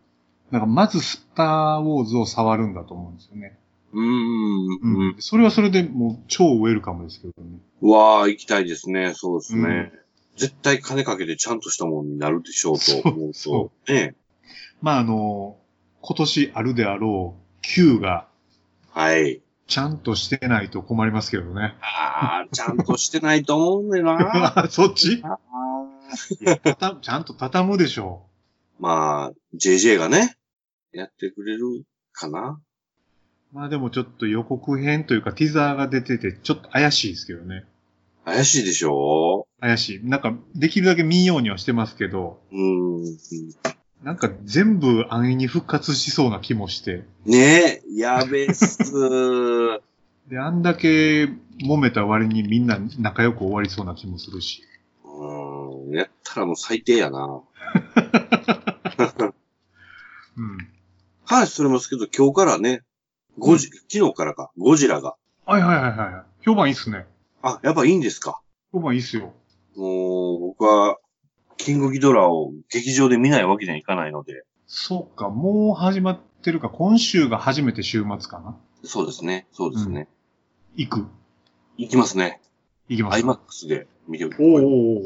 Speaker 2: なんか、まずスターウォーズを触るんだと思うんですよね。
Speaker 1: うーん、
Speaker 2: う
Speaker 1: うん
Speaker 2: ん。。それはそれでもう超ウェルカムですけどね。
Speaker 1: うわあ、行きたいですね。そうですね。
Speaker 2: うん
Speaker 1: 絶対金かけてちゃんとしたものになるでしょうと思う
Speaker 2: そ
Speaker 1: と。ね。
Speaker 2: まあ、あの、今年あるであろう Q が
Speaker 1: はい。
Speaker 2: ちゃんとしてないと困りますけどね。
Speaker 1: ああ、ちゃんとしてないと思うんだよな。
Speaker 2: あ そっち
Speaker 1: あー
Speaker 2: いやたたちゃんと畳むでしょ
Speaker 1: まあ、JJ がね、やってくれるかな。
Speaker 2: う。まあでもちょっと予告編というかティザーが出ててちょっと怪しいですけどね。
Speaker 1: 怪しいでしょ
Speaker 2: 怪しい。なんかできるだけ見ようにはしてますけど、
Speaker 1: うーん。
Speaker 2: なんか全部安易に復活しそうな気もして。
Speaker 1: ねえ、やべっす ー。
Speaker 2: で、あんだけ揉めた割にみんな仲良く終わりそうな気もするし。
Speaker 1: うーん。やったらもう最低やな。
Speaker 2: うん。
Speaker 1: 話それますけど、今日からね、ゴジ、昨日からか、ゴジラが。
Speaker 2: はいはいはいはい。評判いいっすね。
Speaker 1: あ、やっぱいいんですか。
Speaker 2: 評判いいっすよ。
Speaker 1: もう、僕は、キングギドラを劇場で見ないわけにはいかないので。
Speaker 2: そうか、もう始まってるか、今週が初めて週末かな。
Speaker 1: そうですね。そうですね。
Speaker 2: 行く。
Speaker 1: 行きますね。
Speaker 2: 行きます。
Speaker 1: IMAX で見ておき
Speaker 2: おうおうおうおう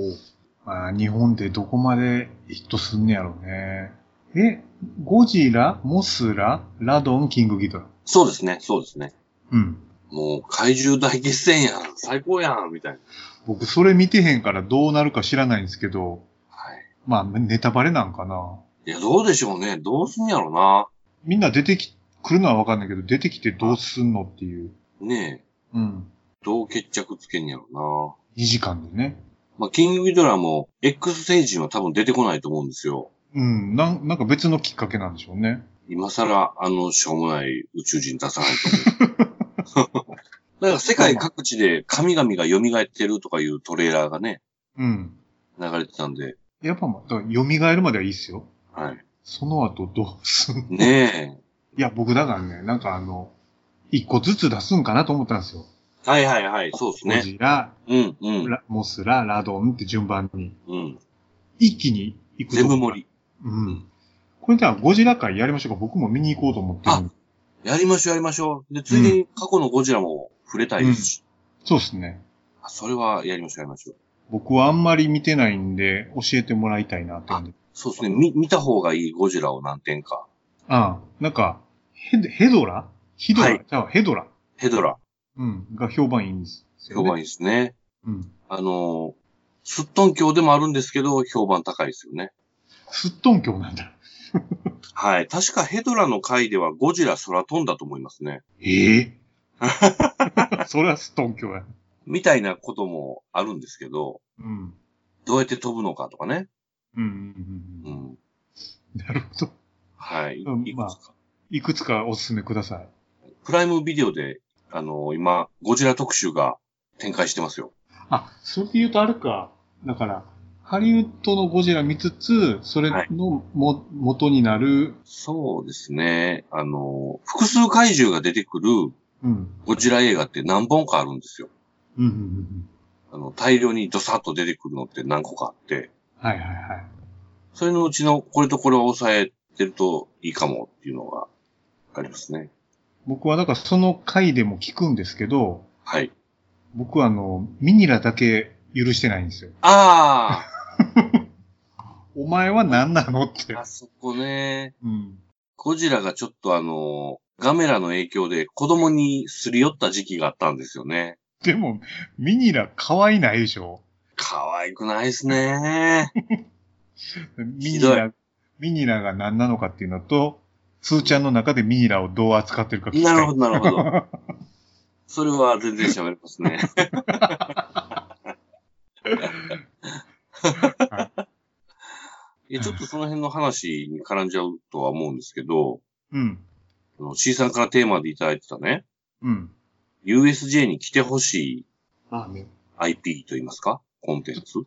Speaker 2: まあ、日本でどこまでヒットすんねやろうね。え、ゴジラ、モスラ、ラドン、キングギドラ。
Speaker 1: そうですね。そうですね。
Speaker 2: うん。
Speaker 1: もう、怪獣大決戦やん。最高やん。みたいな。
Speaker 2: 僕、それ見てへんからどうなるか知らないんですけど、
Speaker 1: はい。
Speaker 2: まあ、ネタバレなんかな。
Speaker 1: いや、どうでしょうね。どうすんやろな。
Speaker 2: みんな出てき、来るのはわかんないけど、出てきてどうすんのっていう。
Speaker 1: ねえ。
Speaker 2: うん。
Speaker 1: どう決着つけんやろ
Speaker 2: 2時間でね。
Speaker 1: な。まあ、キングギドラも、X 星人は多分出てこないと思うんですよ。
Speaker 2: うん。なん、なんか別のきっかけなんでしょうね。
Speaker 1: 今更、あの、しょうもない宇宙人出さないと思う。だから世界各地で神々が蘇ってるとかいうトレーラーがね、
Speaker 2: うん。
Speaker 1: 流れてたんで、
Speaker 2: やっぱまあ、だから蘇るまではいいっすよ。
Speaker 1: はい。
Speaker 2: その後どうすんの
Speaker 1: ね
Speaker 2: いや、僕だからね、なんかあの、一個ずつ出すんかなと思ったんですよ。
Speaker 1: え。はいはいはい、そうです
Speaker 2: ゴ
Speaker 1: ね。
Speaker 2: ジラ、
Speaker 1: うん、うん、
Speaker 2: ラモスラ、ラドンって順番に。
Speaker 1: うん。
Speaker 2: 一気に行くと
Speaker 1: 全部盛り。
Speaker 2: うん。これじゃあゴジラ会やりましょうか。僕も見に行こうと思ってる。
Speaker 1: やりましょうやりましょう。で、ついに過去のゴジラも触れたいですし、
Speaker 2: そうですね。
Speaker 1: あそれはやりましょうやりましょう。
Speaker 2: 僕はあんまり見てないんで、教えてもらいたいなって感じ。
Speaker 1: そうですね、み、見た方がいいゴジラを何点か。
Speaker 2: ああ、なんか、ヘドヘドラヒドラ、
Speaker 1: はい
Speaker 2: じゃあヘドラ。
Speaker 1: ヘドラ、
Speaker 2: うん。が評判いいんですよ
Speaker 1: 評
Speaker 2: ね、
Speaker 1: 判いいですね。
Speaker 2: うん。
Speaker 1: あの、すっとん教でもあるんですけど、評判高いですよね。
Speaker 2: すっとんきょうなんだ。
Speaker 1: はい。確かヘドラの回ではゴジラ空飛んだと思いますね。
Speaker 2: ええ それはすっとんきょうや。
Speaker 1: みたいなこともあるんですけど、
Speaker 2: うん。
Speaker 1: どうやって飛ぶのかとかね。
Speaker 2: うんうん
Speaker 1: う
Speaker 2: うんうん。
Speaker 1: ん。
Speaker 2: なるほど。
Speaker 1: はい。い
Speaker 2: うん
Speaker 1: いくつか。
Speaker 2: いくつかおすすめください。
Speaker 1: プライムビデオで、あの、今、ゴジラ特集が展開してますよ。
Speaker 2: あ、それで言うとあるか。だから、ハリウッドのゴジラ見つつ、それ
Speaker 1: はい
Speaker 2: のも、元になる、
Speaker 1: そうですね。あの、複数怪獣が出てくる
Speaker 2: うん。
Speaker 1: ゴジラ映画って何本かあるんですよ。
Speaker 2: うんうんうんうん。
Speaker 1: あの、大量にドサッと出てくるのって何個かあって、
Speaker 2: はいはいはい。
Speaker 1: それのうちのこれとこれを抑えてるといいかもっていうのがありますね。
Speaker 2: 僕はだからその回でも聞くんですけど、
Speaker 1: はい。
Speaker 2: 僕はあの、ミニラだけ許してないんですよ。
Speaker 1: あ
Speaker 2: お前は何なのって
Speaker 1: あ、。あそこね。
Speaker 2: うん。
Speaker 1: ゴジラがちょっとあの、ガメラの影響で子供にすり寄った時期があったんですよね。
Speaker 2: でも、ミニラ可愛いないでしょ。
Speaker 1: 可愛くないですね。
Speaker 2: ミニ
Speaker 1: ひど
Speaker 2: ラ、ミニラが何なのかっていうのと、つーちゃんの中でミニラをどう扱ってるか聞きたい。
Speaker 1: なるほど、なるほど。それは全然喋れますね。えちょっとその辺の話に絡んじゃうとは思うんですけど、
Speaker 2: うん。
Speaker 1: あの C さんからテーマでいただいてたね、
Speaker 2: うん。
Speaker 1: USJ に来てほしい
Speaker 2: まあね。
Speaker 1: IP といいますかコンテンツ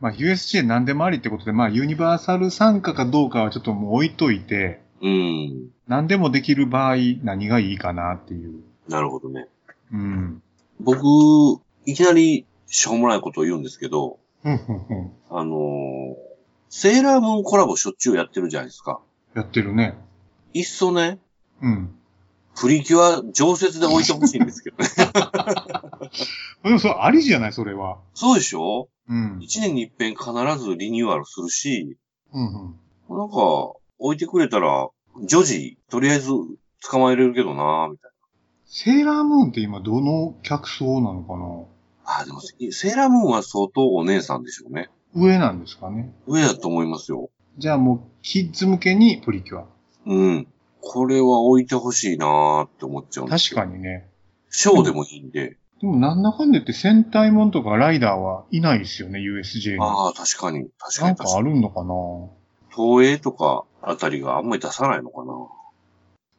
Speaker 2: まあ USJ 何でもありってことで、まあユニバーサル参加かどうかはちょっともう置いといて、
Speaker 1: うん。
Speaker 2: 何でもできる場合何がいいかなっていう。
Speaker 1: なるほどね。
Speaker 2: うん。
Speaker 1: 僕、いきなりしょうもないことを言うんですけど、
Speaker 2: ふんふんふん。
Speaker 1: あのーセーラームーンコラボしょっちゅうやってるじゃないですか。
Speaker 2: やってるね。
Speaker 1: いっそね、
Speaker 2: うん。
Speaker 1: プリキュア常設で置いてほしいんです けどね。
Speaker 2: でもそれありじゃないそれは。
Speaker 1: そうでしょ
Speaker 2: うん。
Speaker 1: 一年に一遍必ずリニューアルするし、
Speaker 2: うんうん。
Speaker 1: なんか、置いてくれたら、女児、とりあえず捕まえれるけどなみたい
Speaker 2: セーラームーンって今どの客層なのかな
Speaker 1: な。あー、でも、セーラームーンは相当お姉さんでしょうね。
Speaker 2: 上なんですかね。
Speaker 1: 上だと思いますよ。
Speaker 2: じゃあもう、キッズ向けにプリキュア。
Speaker 1: うん。これは置いてほしいなーって思っちゃうんです
Speaker 2: 確かにね。
Speaker 1: ショーでもいいんで。
Speaker 2: でもなんだかんだ言って戦隊もんとかライダーはいないですよね、USJ に。
Speaker 1: ああ、確かに。確か
Speaker 2: な
Speaker 1: に確
Speaker 2: んか
Speaker 1: か
Speaker 2: あ
Speaker 1: に。
Speaker 2: るんのかな
Speaker 1: 東映とかあたりがあんまり出さないのかな。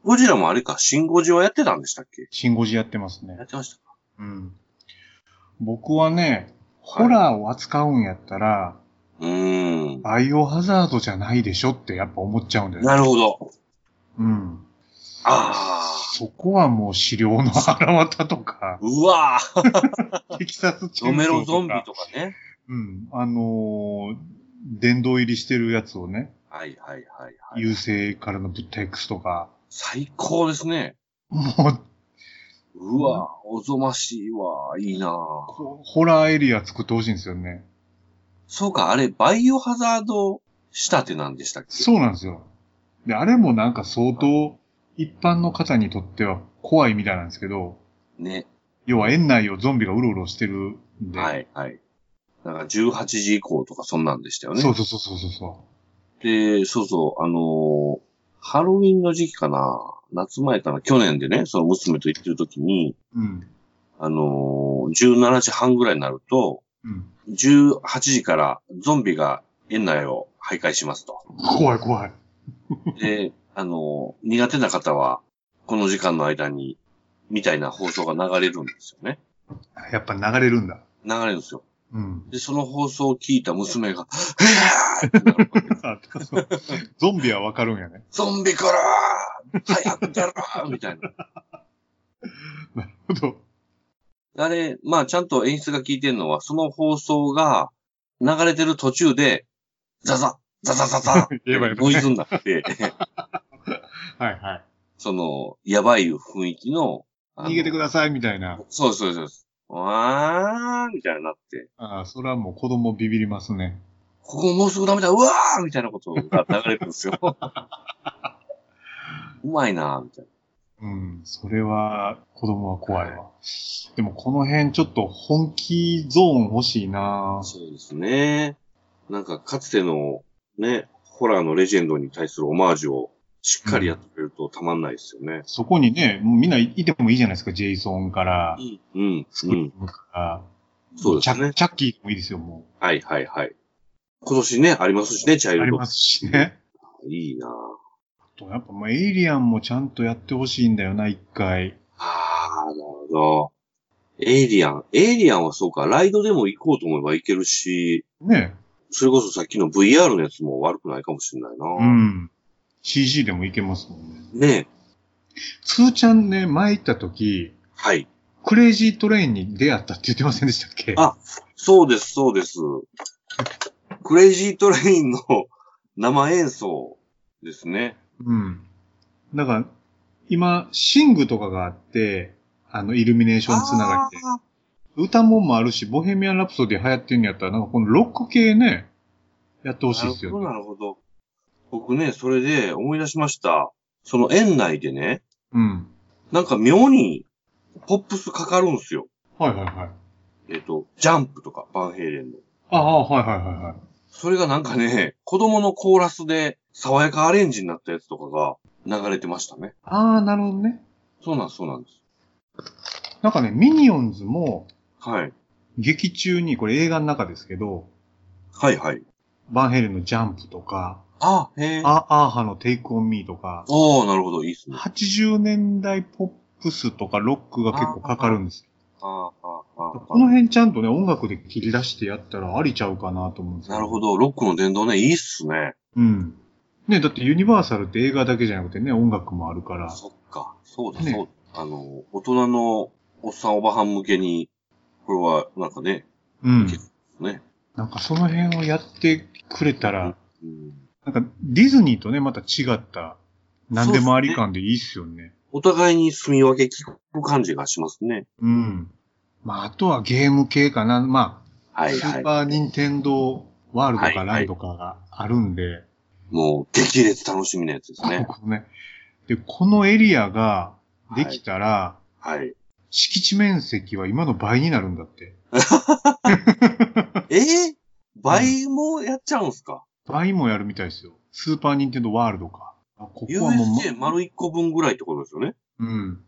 Speaker 1: ゴジラもあれか、シンゴジはやってたんでしたっけ
Speaker 2: シンゴジやってますね
Speaker 1: やっ。てましたか
Speaker 2: うん。僕はね、ホラーを扱うんやったら、
Speaker 1: うーん。
Speaker 2: バイオハザードじゃないでしょってやっぱ思っちゃうんだよね。
Speaker 1: なるほど。
Speaker 2: うん。
Speaker 1: あ
Speaker 2: そこはもう資料の腹渡と
Speaker 1: あ。
Speaker 2: か、
Speaker 1: うわー
Speaker 2: テキサスチェ
Speaker 1: ド
Speaker 2: ーン
Speaker 1: メ
Speaker 2: ソ
Speaker 1: ロ
Speaker 2: ー
Speaker 1: ゾン
Speaker 2: と
Speaker 1: ビ
Speaker 2: か、
Speaker 1: とかね。
Speaker 2: うん。あのー、殿堂入りしてるやつをね、
Speaker 1: はいはいはいはい。
Speaker 2: 優勢からのブッテックスとか、
Speaker 1: 最高ですね。
Speaker 2: もう
Speaker 1: うわーおぞましいわーいいなー
Speaker 2: こうホラーエリア作ってほしいんですよね。
Speaker 1: そうか、あれ、バイオハザード仕立てなんでしたっけ
Speaker 2: そうなんですよ。で、あれもなんか相当一般の方にとっては怖いみたいなんですけど、
Speaker 1: ね。
Speaker 2: 要は園内をゾンビがうろうろしてるんで。
Speaker 1: はいはい。なんか18時以降とかそんなんでしたよね。
Speaker 2: そうそうそうそうそ
Speaker 1: で、そうそう、あのーハロウィンの時期かな、夏前かな、去年でね、その娘と行ってる時に、
Speaker 2: う。うん。
Speaker 1: あのー17時半ぐらいになると、
Speaker 2: うん。
Speaker 1: 18時からゾンビが園内を徘徊しますと。
Speaker 2: 怖い怖い。
Speaker 1: で、あのー苦手な方は、この時間の間に、みたいな放送が流れるんですよね。
Speaker 2: やっぱ流れるんだ。
Speaker 1: 流れるんですよ。
Speaker 2: うん。
Speaker 1: で、その放送を聞いた娘が、えーってなるわけです
Speaker 2: あそうゾンビはわかるんやね。
Speaker 1: ゾンビから早く出ろみたいな。
Speaker 2: なるほど。
Speaker 1: あれ、まあちゃんと演出が効いてるのは、その放送が流れてる途中で、ザザ、ザザザザ、
Speaker 2: 言えばいいの
Speaker 1: ノイ
Speaker 2: ね
Speaker 1: ズになって、
Speaker 2: はいは
Speaker 1: その、やばい雰囲気の、あの
Speaker 2: い。逃げてくださいみたいな。
Speaker 1: そうですそうですそうです。わーみたいになって、
Speaker 2: ああ、それはもう子供ビビりますね。
Speaker 1: ここもうすぐダメだ、うわーみたいなことが流れるんですよ。 うまいなーみたい
Speaker 2: うん、それは子供は怖いわ。でもこの辺ちょっと本気ゾーン欲しいな
Speaker 1: な。そうですね。なんか、かつての、ね、ホラーのレジェンドに対するオマージュをしっかりやってくれるとたまんないですよね。
Speaker 2: そこにね、もうみんないてもいいじゃないですか、ジェイソンから、
Speaker 1: うん。
Speaker 2: スク
Speaker 1: う
Speaker 2: リ
Speaker 1: ん。
Speaker 2: ームから、
Speaker 1: そうで
Speaker 2: チ
Speaker 1: す
Speaker 2: ャ
Speaker 1: ね。
Speaker 2: チャッキーでもいいですよ、も
Speaker 1: はいはいはい。今年ね、ありますしね、チャイ
Speaker 2: う。あ
Speaker 1: ル
Speaker 2: り
Speaker 1: ド。
Speaker 2: ますしね。
Speaker 1: いいなぁ
Speaker 2: あとやっぱもうエイリアンもちゃんとやってほしいんだよな、一回。
Speaker 1: あー、なるほど。エイリアン。エイリアンはそうか、ライドでも行こうと思えば行けるし、
Speaker 2: ね。
Speaker 1: それこそさっきの VR のやつも悪くないかもしれないな
Speaker 2: う
Speaker 1: ぁ、
Speaker 2: ん。CG でもいけますもんね。
Speaker 1: ね
Speaker 2: つーちゃんね、前行った時、
Speaker 1: はい。
Speaker 2: クレイジートレインに出会ったって言ってませんでしたっけ
Speaker 1: あそうです、そうです。クレイジートレインの生演奏ですね。
Speaker 2: うん。だから、今、シングとかがあって、あの、イルミネーションつながりで。
Speaker 1: あー
Speaker 2: 歌もんもあるし、ボヘミアン・ラプソディ流行ってんのやったら、なんかこのロック系ね、やってほしいですよね。
Speaker 1: なるほど、なるほど。僕ね、それで思い出しました。その園内でね、
Speaker 2: うん。
Speaker 1: なんか妙にポップスかかるんすよ。
Speaker 2: はいはいはい。
Speaker 1: えっ、と、ジャンプとか、バンヘイレンの。
Speaker 2: ああ、はいはいはいはい。
Speaker 1: それがなんかね、子供のコーラスで爽やかアレンジになったやつとかが流れてましたね。
Speaker 2: ああ、なるほどね。
Speaker 1: そうなんです、そうなんです。
Speaker 2: なんかね、ミニオンズも、
Speaker 1: はい。
Speaker 2: 劇中に、これ映画の中ですけど、
Speaker 1: はいはい。
Speaker 2: バンヘイレンのジャンプとか、
Speaker 1: あ、へえ。
Speaker 2: アアーハのテイクオンミーとか、
Speaker 1: おー、なるほど、いいっすね。
Speaker 2: 80年代ポップスとかロックが結構かかるんですよ。
Speaker 1: あーあーあー
Speaker 2: この辺ちゃんとね、音楽で切り出してやったらありちゃうかなと思うんですよ
Speaker 1: なるほ。ど、ロックの伝道ね、いいっすね。
Speaker 2: うん。ね、だってユニバーサルって映画だけじゃなくてね、音楽もあるから。
Speaker 1: そっか、そうだ、
Speaker 2: ね
Speaker 1: そうだ。あの、大人のおっさんおばはん向けに、これは、なんかね、
Speaker 2: うん。
Speaker 1: ね。
Speaker 2: なんかその辺をやってくれたら、
Speaker 1: うん
Speaker 2: なんかディズニーとね、また違った、なんでもあり感でいいっすよね。
Speaker 1: お互いに住み分け聞く感じがしますね。
Speaker 2: うん。まあ、あとはゲーム系かな。まあ、
Speaker 1: はい
Speaker 2: ス
Speaker 1: は
Speaker 2: ー
Speaker 1: い。
Speaker 2: パーニンテンドーワールド
Speaker 1: は
Speaker 2: か
Speaker 1: いは
Speaker 2: ラ
Speaker 1: い
Speaker 2: ンドかがあるんで、
Speaker 1: もう、激烈楽しみなやつです ね。
Speaker 2: ここね。で、このエリアができたら、
Speaker 1: はい。
Speaker 2: 敷地面積は今の倍になるんだって。
Speaker 1: えー、倍もやっちゃうんすか、
Speaker 2: 倍もやるみたいですよ。スーパーニンテンドーワールドか。あここはもう、
Speaker 1: ?USJ 丸1個分ぐらいってことですよね。
Speaker 2: うん。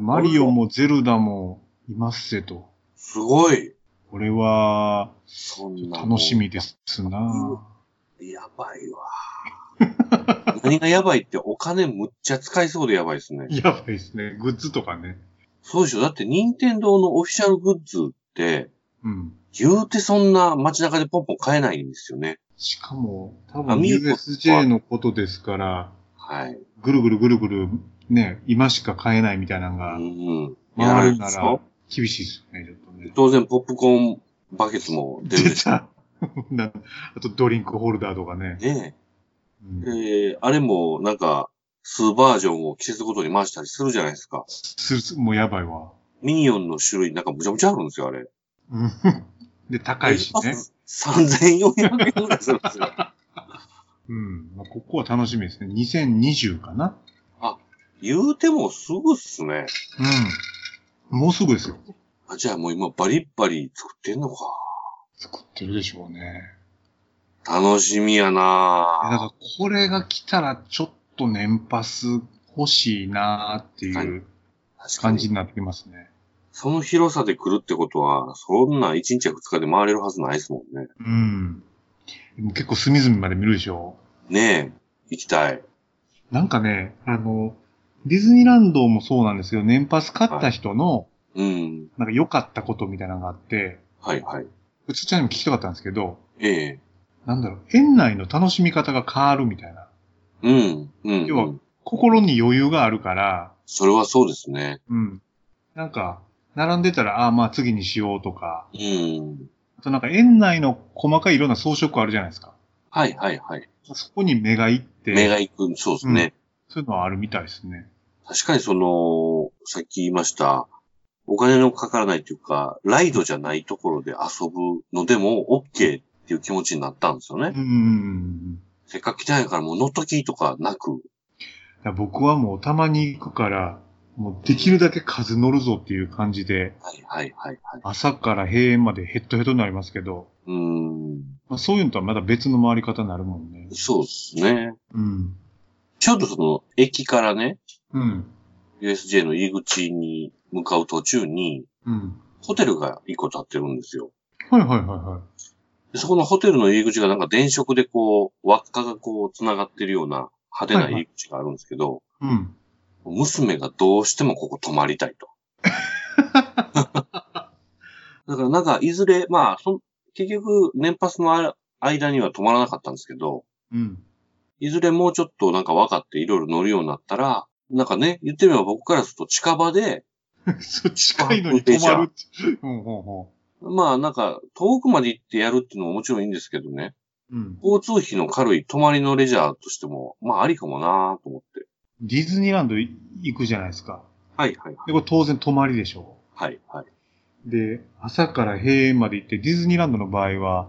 Speaker 2: マリオもゼルダもいますせと。
Speaker 1: すごい。
Speaker 2: これは、
Speaker 1: そんな。
Speaker 2: 楽し。みですな
Speaker 1: やばいわ。何がやばいってお金むっちゃ使いそうでやばいですね。
Speaker 2: やばいですね。グッズとかね。
Speaker 1: そうでしょだって任天堂のオフィシャルグッズって、
Speaker 2: うん。
Speaker 1: 言うてそんな街中でポンポン買えないんですよね。
Speaker 2: しかも、多
Speaker 1: あ
Speaker 2: 分
Speaker 1: ミルコ
Speaker 2: USJ のことですから、
Speaker 1: はい。
Speaker 2: ぐるぐるぐるぐる、ね、今しか買えないみたいな
Speaker 1: う
Speaker 2: のが、
Speaker 1: ん。やら
Speaker 2: 回
Speaker 1: れ
Speaker 2: る
Speaker 1: る
Speaker 2: な
Speaker 1: でし
Speaker 2: ら
Speaker 1: ょ、
Speaker 2: 厳しいですよね、ちょっとね。
Speaker 1: 当然ポップコーンバケツも出るで
Speaker 2: 出
Speaker 1: した
Speaker 2: なあとドリンクホルダーとかね。
Speaker 1: ょ。ね
Speaker 2: うん
Speaker 1: え。であれもなんか、数バージョンを季節ごとに回したりするじゃないですか。
Speaker 2: すすもうやばいわ。
Speaker 1: ミニオンの種類なんかむちゃむちゃあるんですよ、あれ。
Speaker 2: うんで、高いしね。
Speaker 1: 3400円ぐらいするんですよ。
Speaker 2: うん。まあ、ここは楽しみですね。2020かな
Speaker 1: 言うてもすぐっすね。
Speaker 2: うん。もうすぐですよ。
Speaker 1: あ、じゃあもう今バリッバリ作ってんのか。
Speaker 2: 作ってるでしょうね。
Speaker 1: 楽しみや
Speaker 2: だ
Speaker 1: なぁ。
Speaker 2: から、これが来たら、ちょっと年パス欲しいなーっていう
Speaker 1: 確か
Speaker 2: 感
Speaker 1: に
Speaker 2: じになってきますね。
Speaker 1: その広さで来るってことは、そんな1日や2日で回れるはずないですもんね。
Speaker 2: うん。でも結構隅々まで見るでしょ。
Speaker 1: ねえ、行きたい。
Speaker 2: なんかね、あの、ディズニーランドもそうなんですけど、年パス買った人の、
Speaker 1: うん。
Speaker 2: なんか良かったことみたいなのがあって、
Speaker 1: はいはい。
Speaker 2: うちっちゃんにも聞きたかったんですけど、
Speaker 1: ええ。
Speaker 2: なんだろう、園内の楽しみ方が変わるみたいな。
Speaker 1: うん、うん。
Speaker 2: 要は
Speaker 1: うん
Speaker 2: 心に余裕があるから、
Speaker 1: それはそうですね。
Speaker 2: うん。なんか、並んでたら、ああ、まあ次にしようとか、
Speaker 1: うん。
Speaker 2: あとなんか園内の細かいいろんな装飾あるじゃないですか。
Speaker 1: はいはいはい。
Speaker 2: そこに目が行って、
Speaker 1: 目が行く、そうですね。
Speaker 2: そういうのはあるみたいですね。
Speaker 1: 確かにその、さっき言いました、お金のかからないというか、ライドじゃないところで遊ぶのでも OK っていう気持ちになったんですよね。
Speaker 2: うんうんうん
Speaker 1: せっかく来たんやからもう乗っときとかなく。
Speaker 2: うん。だ僕はもうたまに行くから、もうできるだけ数乗るぞっていう感じで、
Speaker 1: はいはいはいはい。
Speaker 2: 朝から閉園までヘッドヘッドになりますけど、
Speaker 1: うん。
Speaker 2: まあ、そういうのとはまだ別の回り方になるもんね。
Speaker 1: そうですね。
Speaker 2: うん。
Speaker 1: ちょうどその、駅からね、
Speaker 2: うん。
Speaker 1: USJ の入り口に向かう途中に、
Speaker 2: うん。
Speaker 1: ホテルが一個建ってるんですよ。
Speaker 2: はいはいはいは
Speaker 1: でそこのホテルの入り口がなんか電飾でこう、輪っかがこう、繋がってるような派手な入り口があるんですけど、
Speaker 2: い。うん。
Speaker 1: 娘がどうしてもここ泊まりたいと。だからなんか、いずれ、まあ、そん結局、年パスのあ間には泊まらなかったんですけど、
Speaker 2: うん。
Speaker 1: いずれもうちょっとなんか分かっていろいろ乗るようになったら、なんかね、言ってみれば僕からすると近場で、
Speaker 2: そう、近いのに止まるって。うん、ほうほ
Speaker 1: まあなんか遠くまで行ってやるっていうのももちろんいいんですけどね、
Speaker 2: う。うん。
Speaker 1: 交通費の軽い泊まりのレジャーとしても、まあありかもなと思って。
Speaker 2: ディズニーランドい行くじゃないですか。
Speaker 1: はいはいはい。
Speaker 2: で、これ当然泊まりでしょ
Speaker 1: はいはい。
Speaker 2: う。で、朝から閉園まで行って、ディズニーランドの場合は、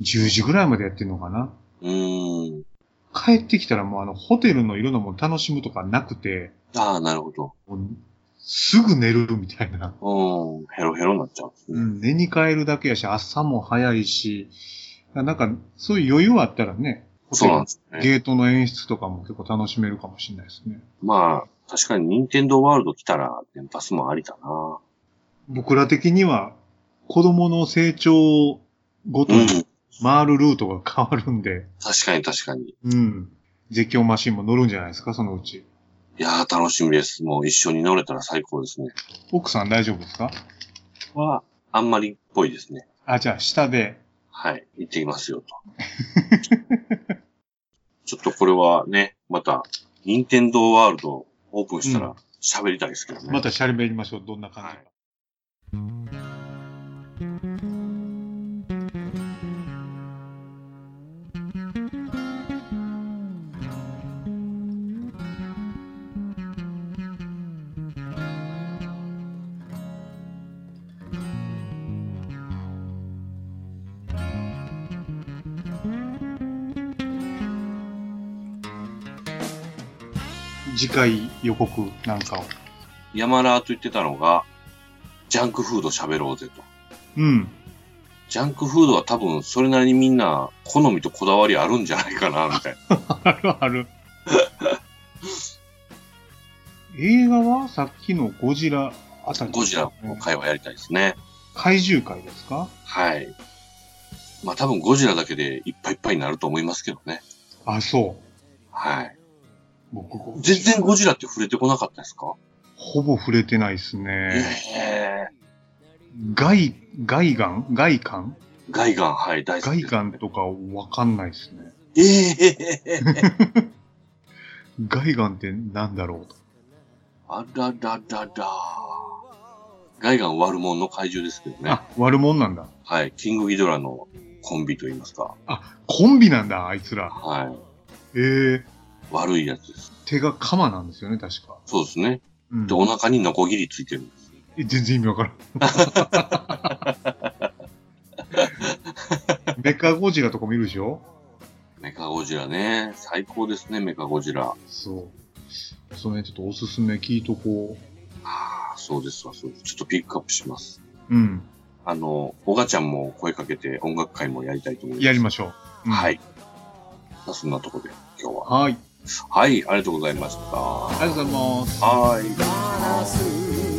Speaker 2: 10時ぐらいまでやってるのかな。
Speaker 1: うーん。
Speaker 2: 帰ってきたらもうあの、ホテルのいろんなもの楽しむとかなくて、
Speaker 1: ああ、なるほど。
Speaker 2: もうすぐ寝るみたいな。
Speaker 1: うーん。ヘロヘロになっちゃう。
Speaker 2: うん、寝に帰るだけやし、朝も早いし、なんか、そういう余裕あったらね、ホテ
Speaker 1: そう
Speaker 2: ル
Speaker 1: なん
Speaker 2: の
Speaker 1: ですね。
Speaker 2: ゲートの演出とかも結構楽しめるかもしれないですね。
Speaker 1: まあ、確かに任天堂ワールド来たら、電パスもありだな。
Speaker 2: 僕ら的には、子供の成長ごと
Speaker 1: うん。
Speaker 2: に回るルートが変わるんで、
Speaker 1: 確かに確かに。い
Speaker 2: うん。絶叫マシンも乗るんじゃないですか、そのうち。
Speaker 1: やー、楽しみです。もう一緒に乗れたら最高ですね。
Speaker 2: 奥さん大丈夫ですか
Speaker 1: は、あんまりっぽいですね。
Speaker 2: あ、じゃあ、下で。
Speaker 1: はい。行ってきますよ、と。 ちょっとこれはね、また、任天堂ワールドオープンした
Speaker 2: うん
Speaker 1: ら喋りたいですけどね。
Speaker 2: またシャリベりましょう。どんな感じか。次回予告なんかを。
Speaker 1: 山ラーと言ってたのが、ジャンクフード喋ろうぜと。
Speaker 2: うん。
Speaker 1: ジャンクフードは多分それなりにみんな好みとこだわりあるんじゃないかな、みたいな。
Speaker 2: あるある。映画はさっきのゴジラあたり、
Speaker 1: ゴジラの会話やりたいですね。
Speaker 2: 怪獣界ですか
Speaker 1: はい。まあ多分ゴジラだけでいっぱいいっぱいになると思いますけどね。
Speaker 2: あ、そう。
Speaker 1: はい。
Speaker 2: 僕、ゴジラ
Speaker 1: 全然ゴジラって触れてこなかったですか
Speaker 2: ほぼ触れてないですね。
Speaker 1: ええ
Speaker 2: 外、外眼外観
Speaker 1: ガイガン、はい、大好き
Speaker 2: 外
Speaker 1: です。
Speaker 2: 観とかわかんないですね。
Speaker 1: ええ
Speaker 2: 外眼ってなんだろうと。
Speaker 1: あらららら。ガイガン悪者の怪獣ですけどね。
Speaker 2: あ、悪者なんだ。
Speaker 1: はい。キングギドラのコンビと言いますか。
Speaker 2: コンビなんだ、あいつら。
Speaker 1: はい。
Speaker 2: えー、
Speaker 1: 悪いやつです。
Speaker 2: 手が鎌なんですよね、確か。
Speaker 1: そうですね。
Speaker 2: うん
Speaker 1: で、お腹にノコギリついてるんです。
Speaker 2: え全然意味わからん。 メカゴジラとか見るでしょ
Speaker 1: メカゴジラね。最高ですね、メカゴジラ。
Speaker 2: そう。その辺ちょっとおすすめ聞いとこ
Speaker 1: ああ、そうですわ、そうです。ちょっとピックアップします。
Speaker 2: う。うん。
Speaker 1: あの、おがちゃんも声かけて音楽会もやりたいと思います。
Speaker 2: やりま
Speaker 1: し
Speaker 2: しょう。
Speaker 1: ょ
Speaker 2: うん
Speaker 1: は。い。まあそんなとこで今日は。
Speaker 2: はい。
Speaker 1: はい、ありがとうございました。
Speaker 2: ありがとうございます。
Speaker 1: はい。
Speaker 3: 話す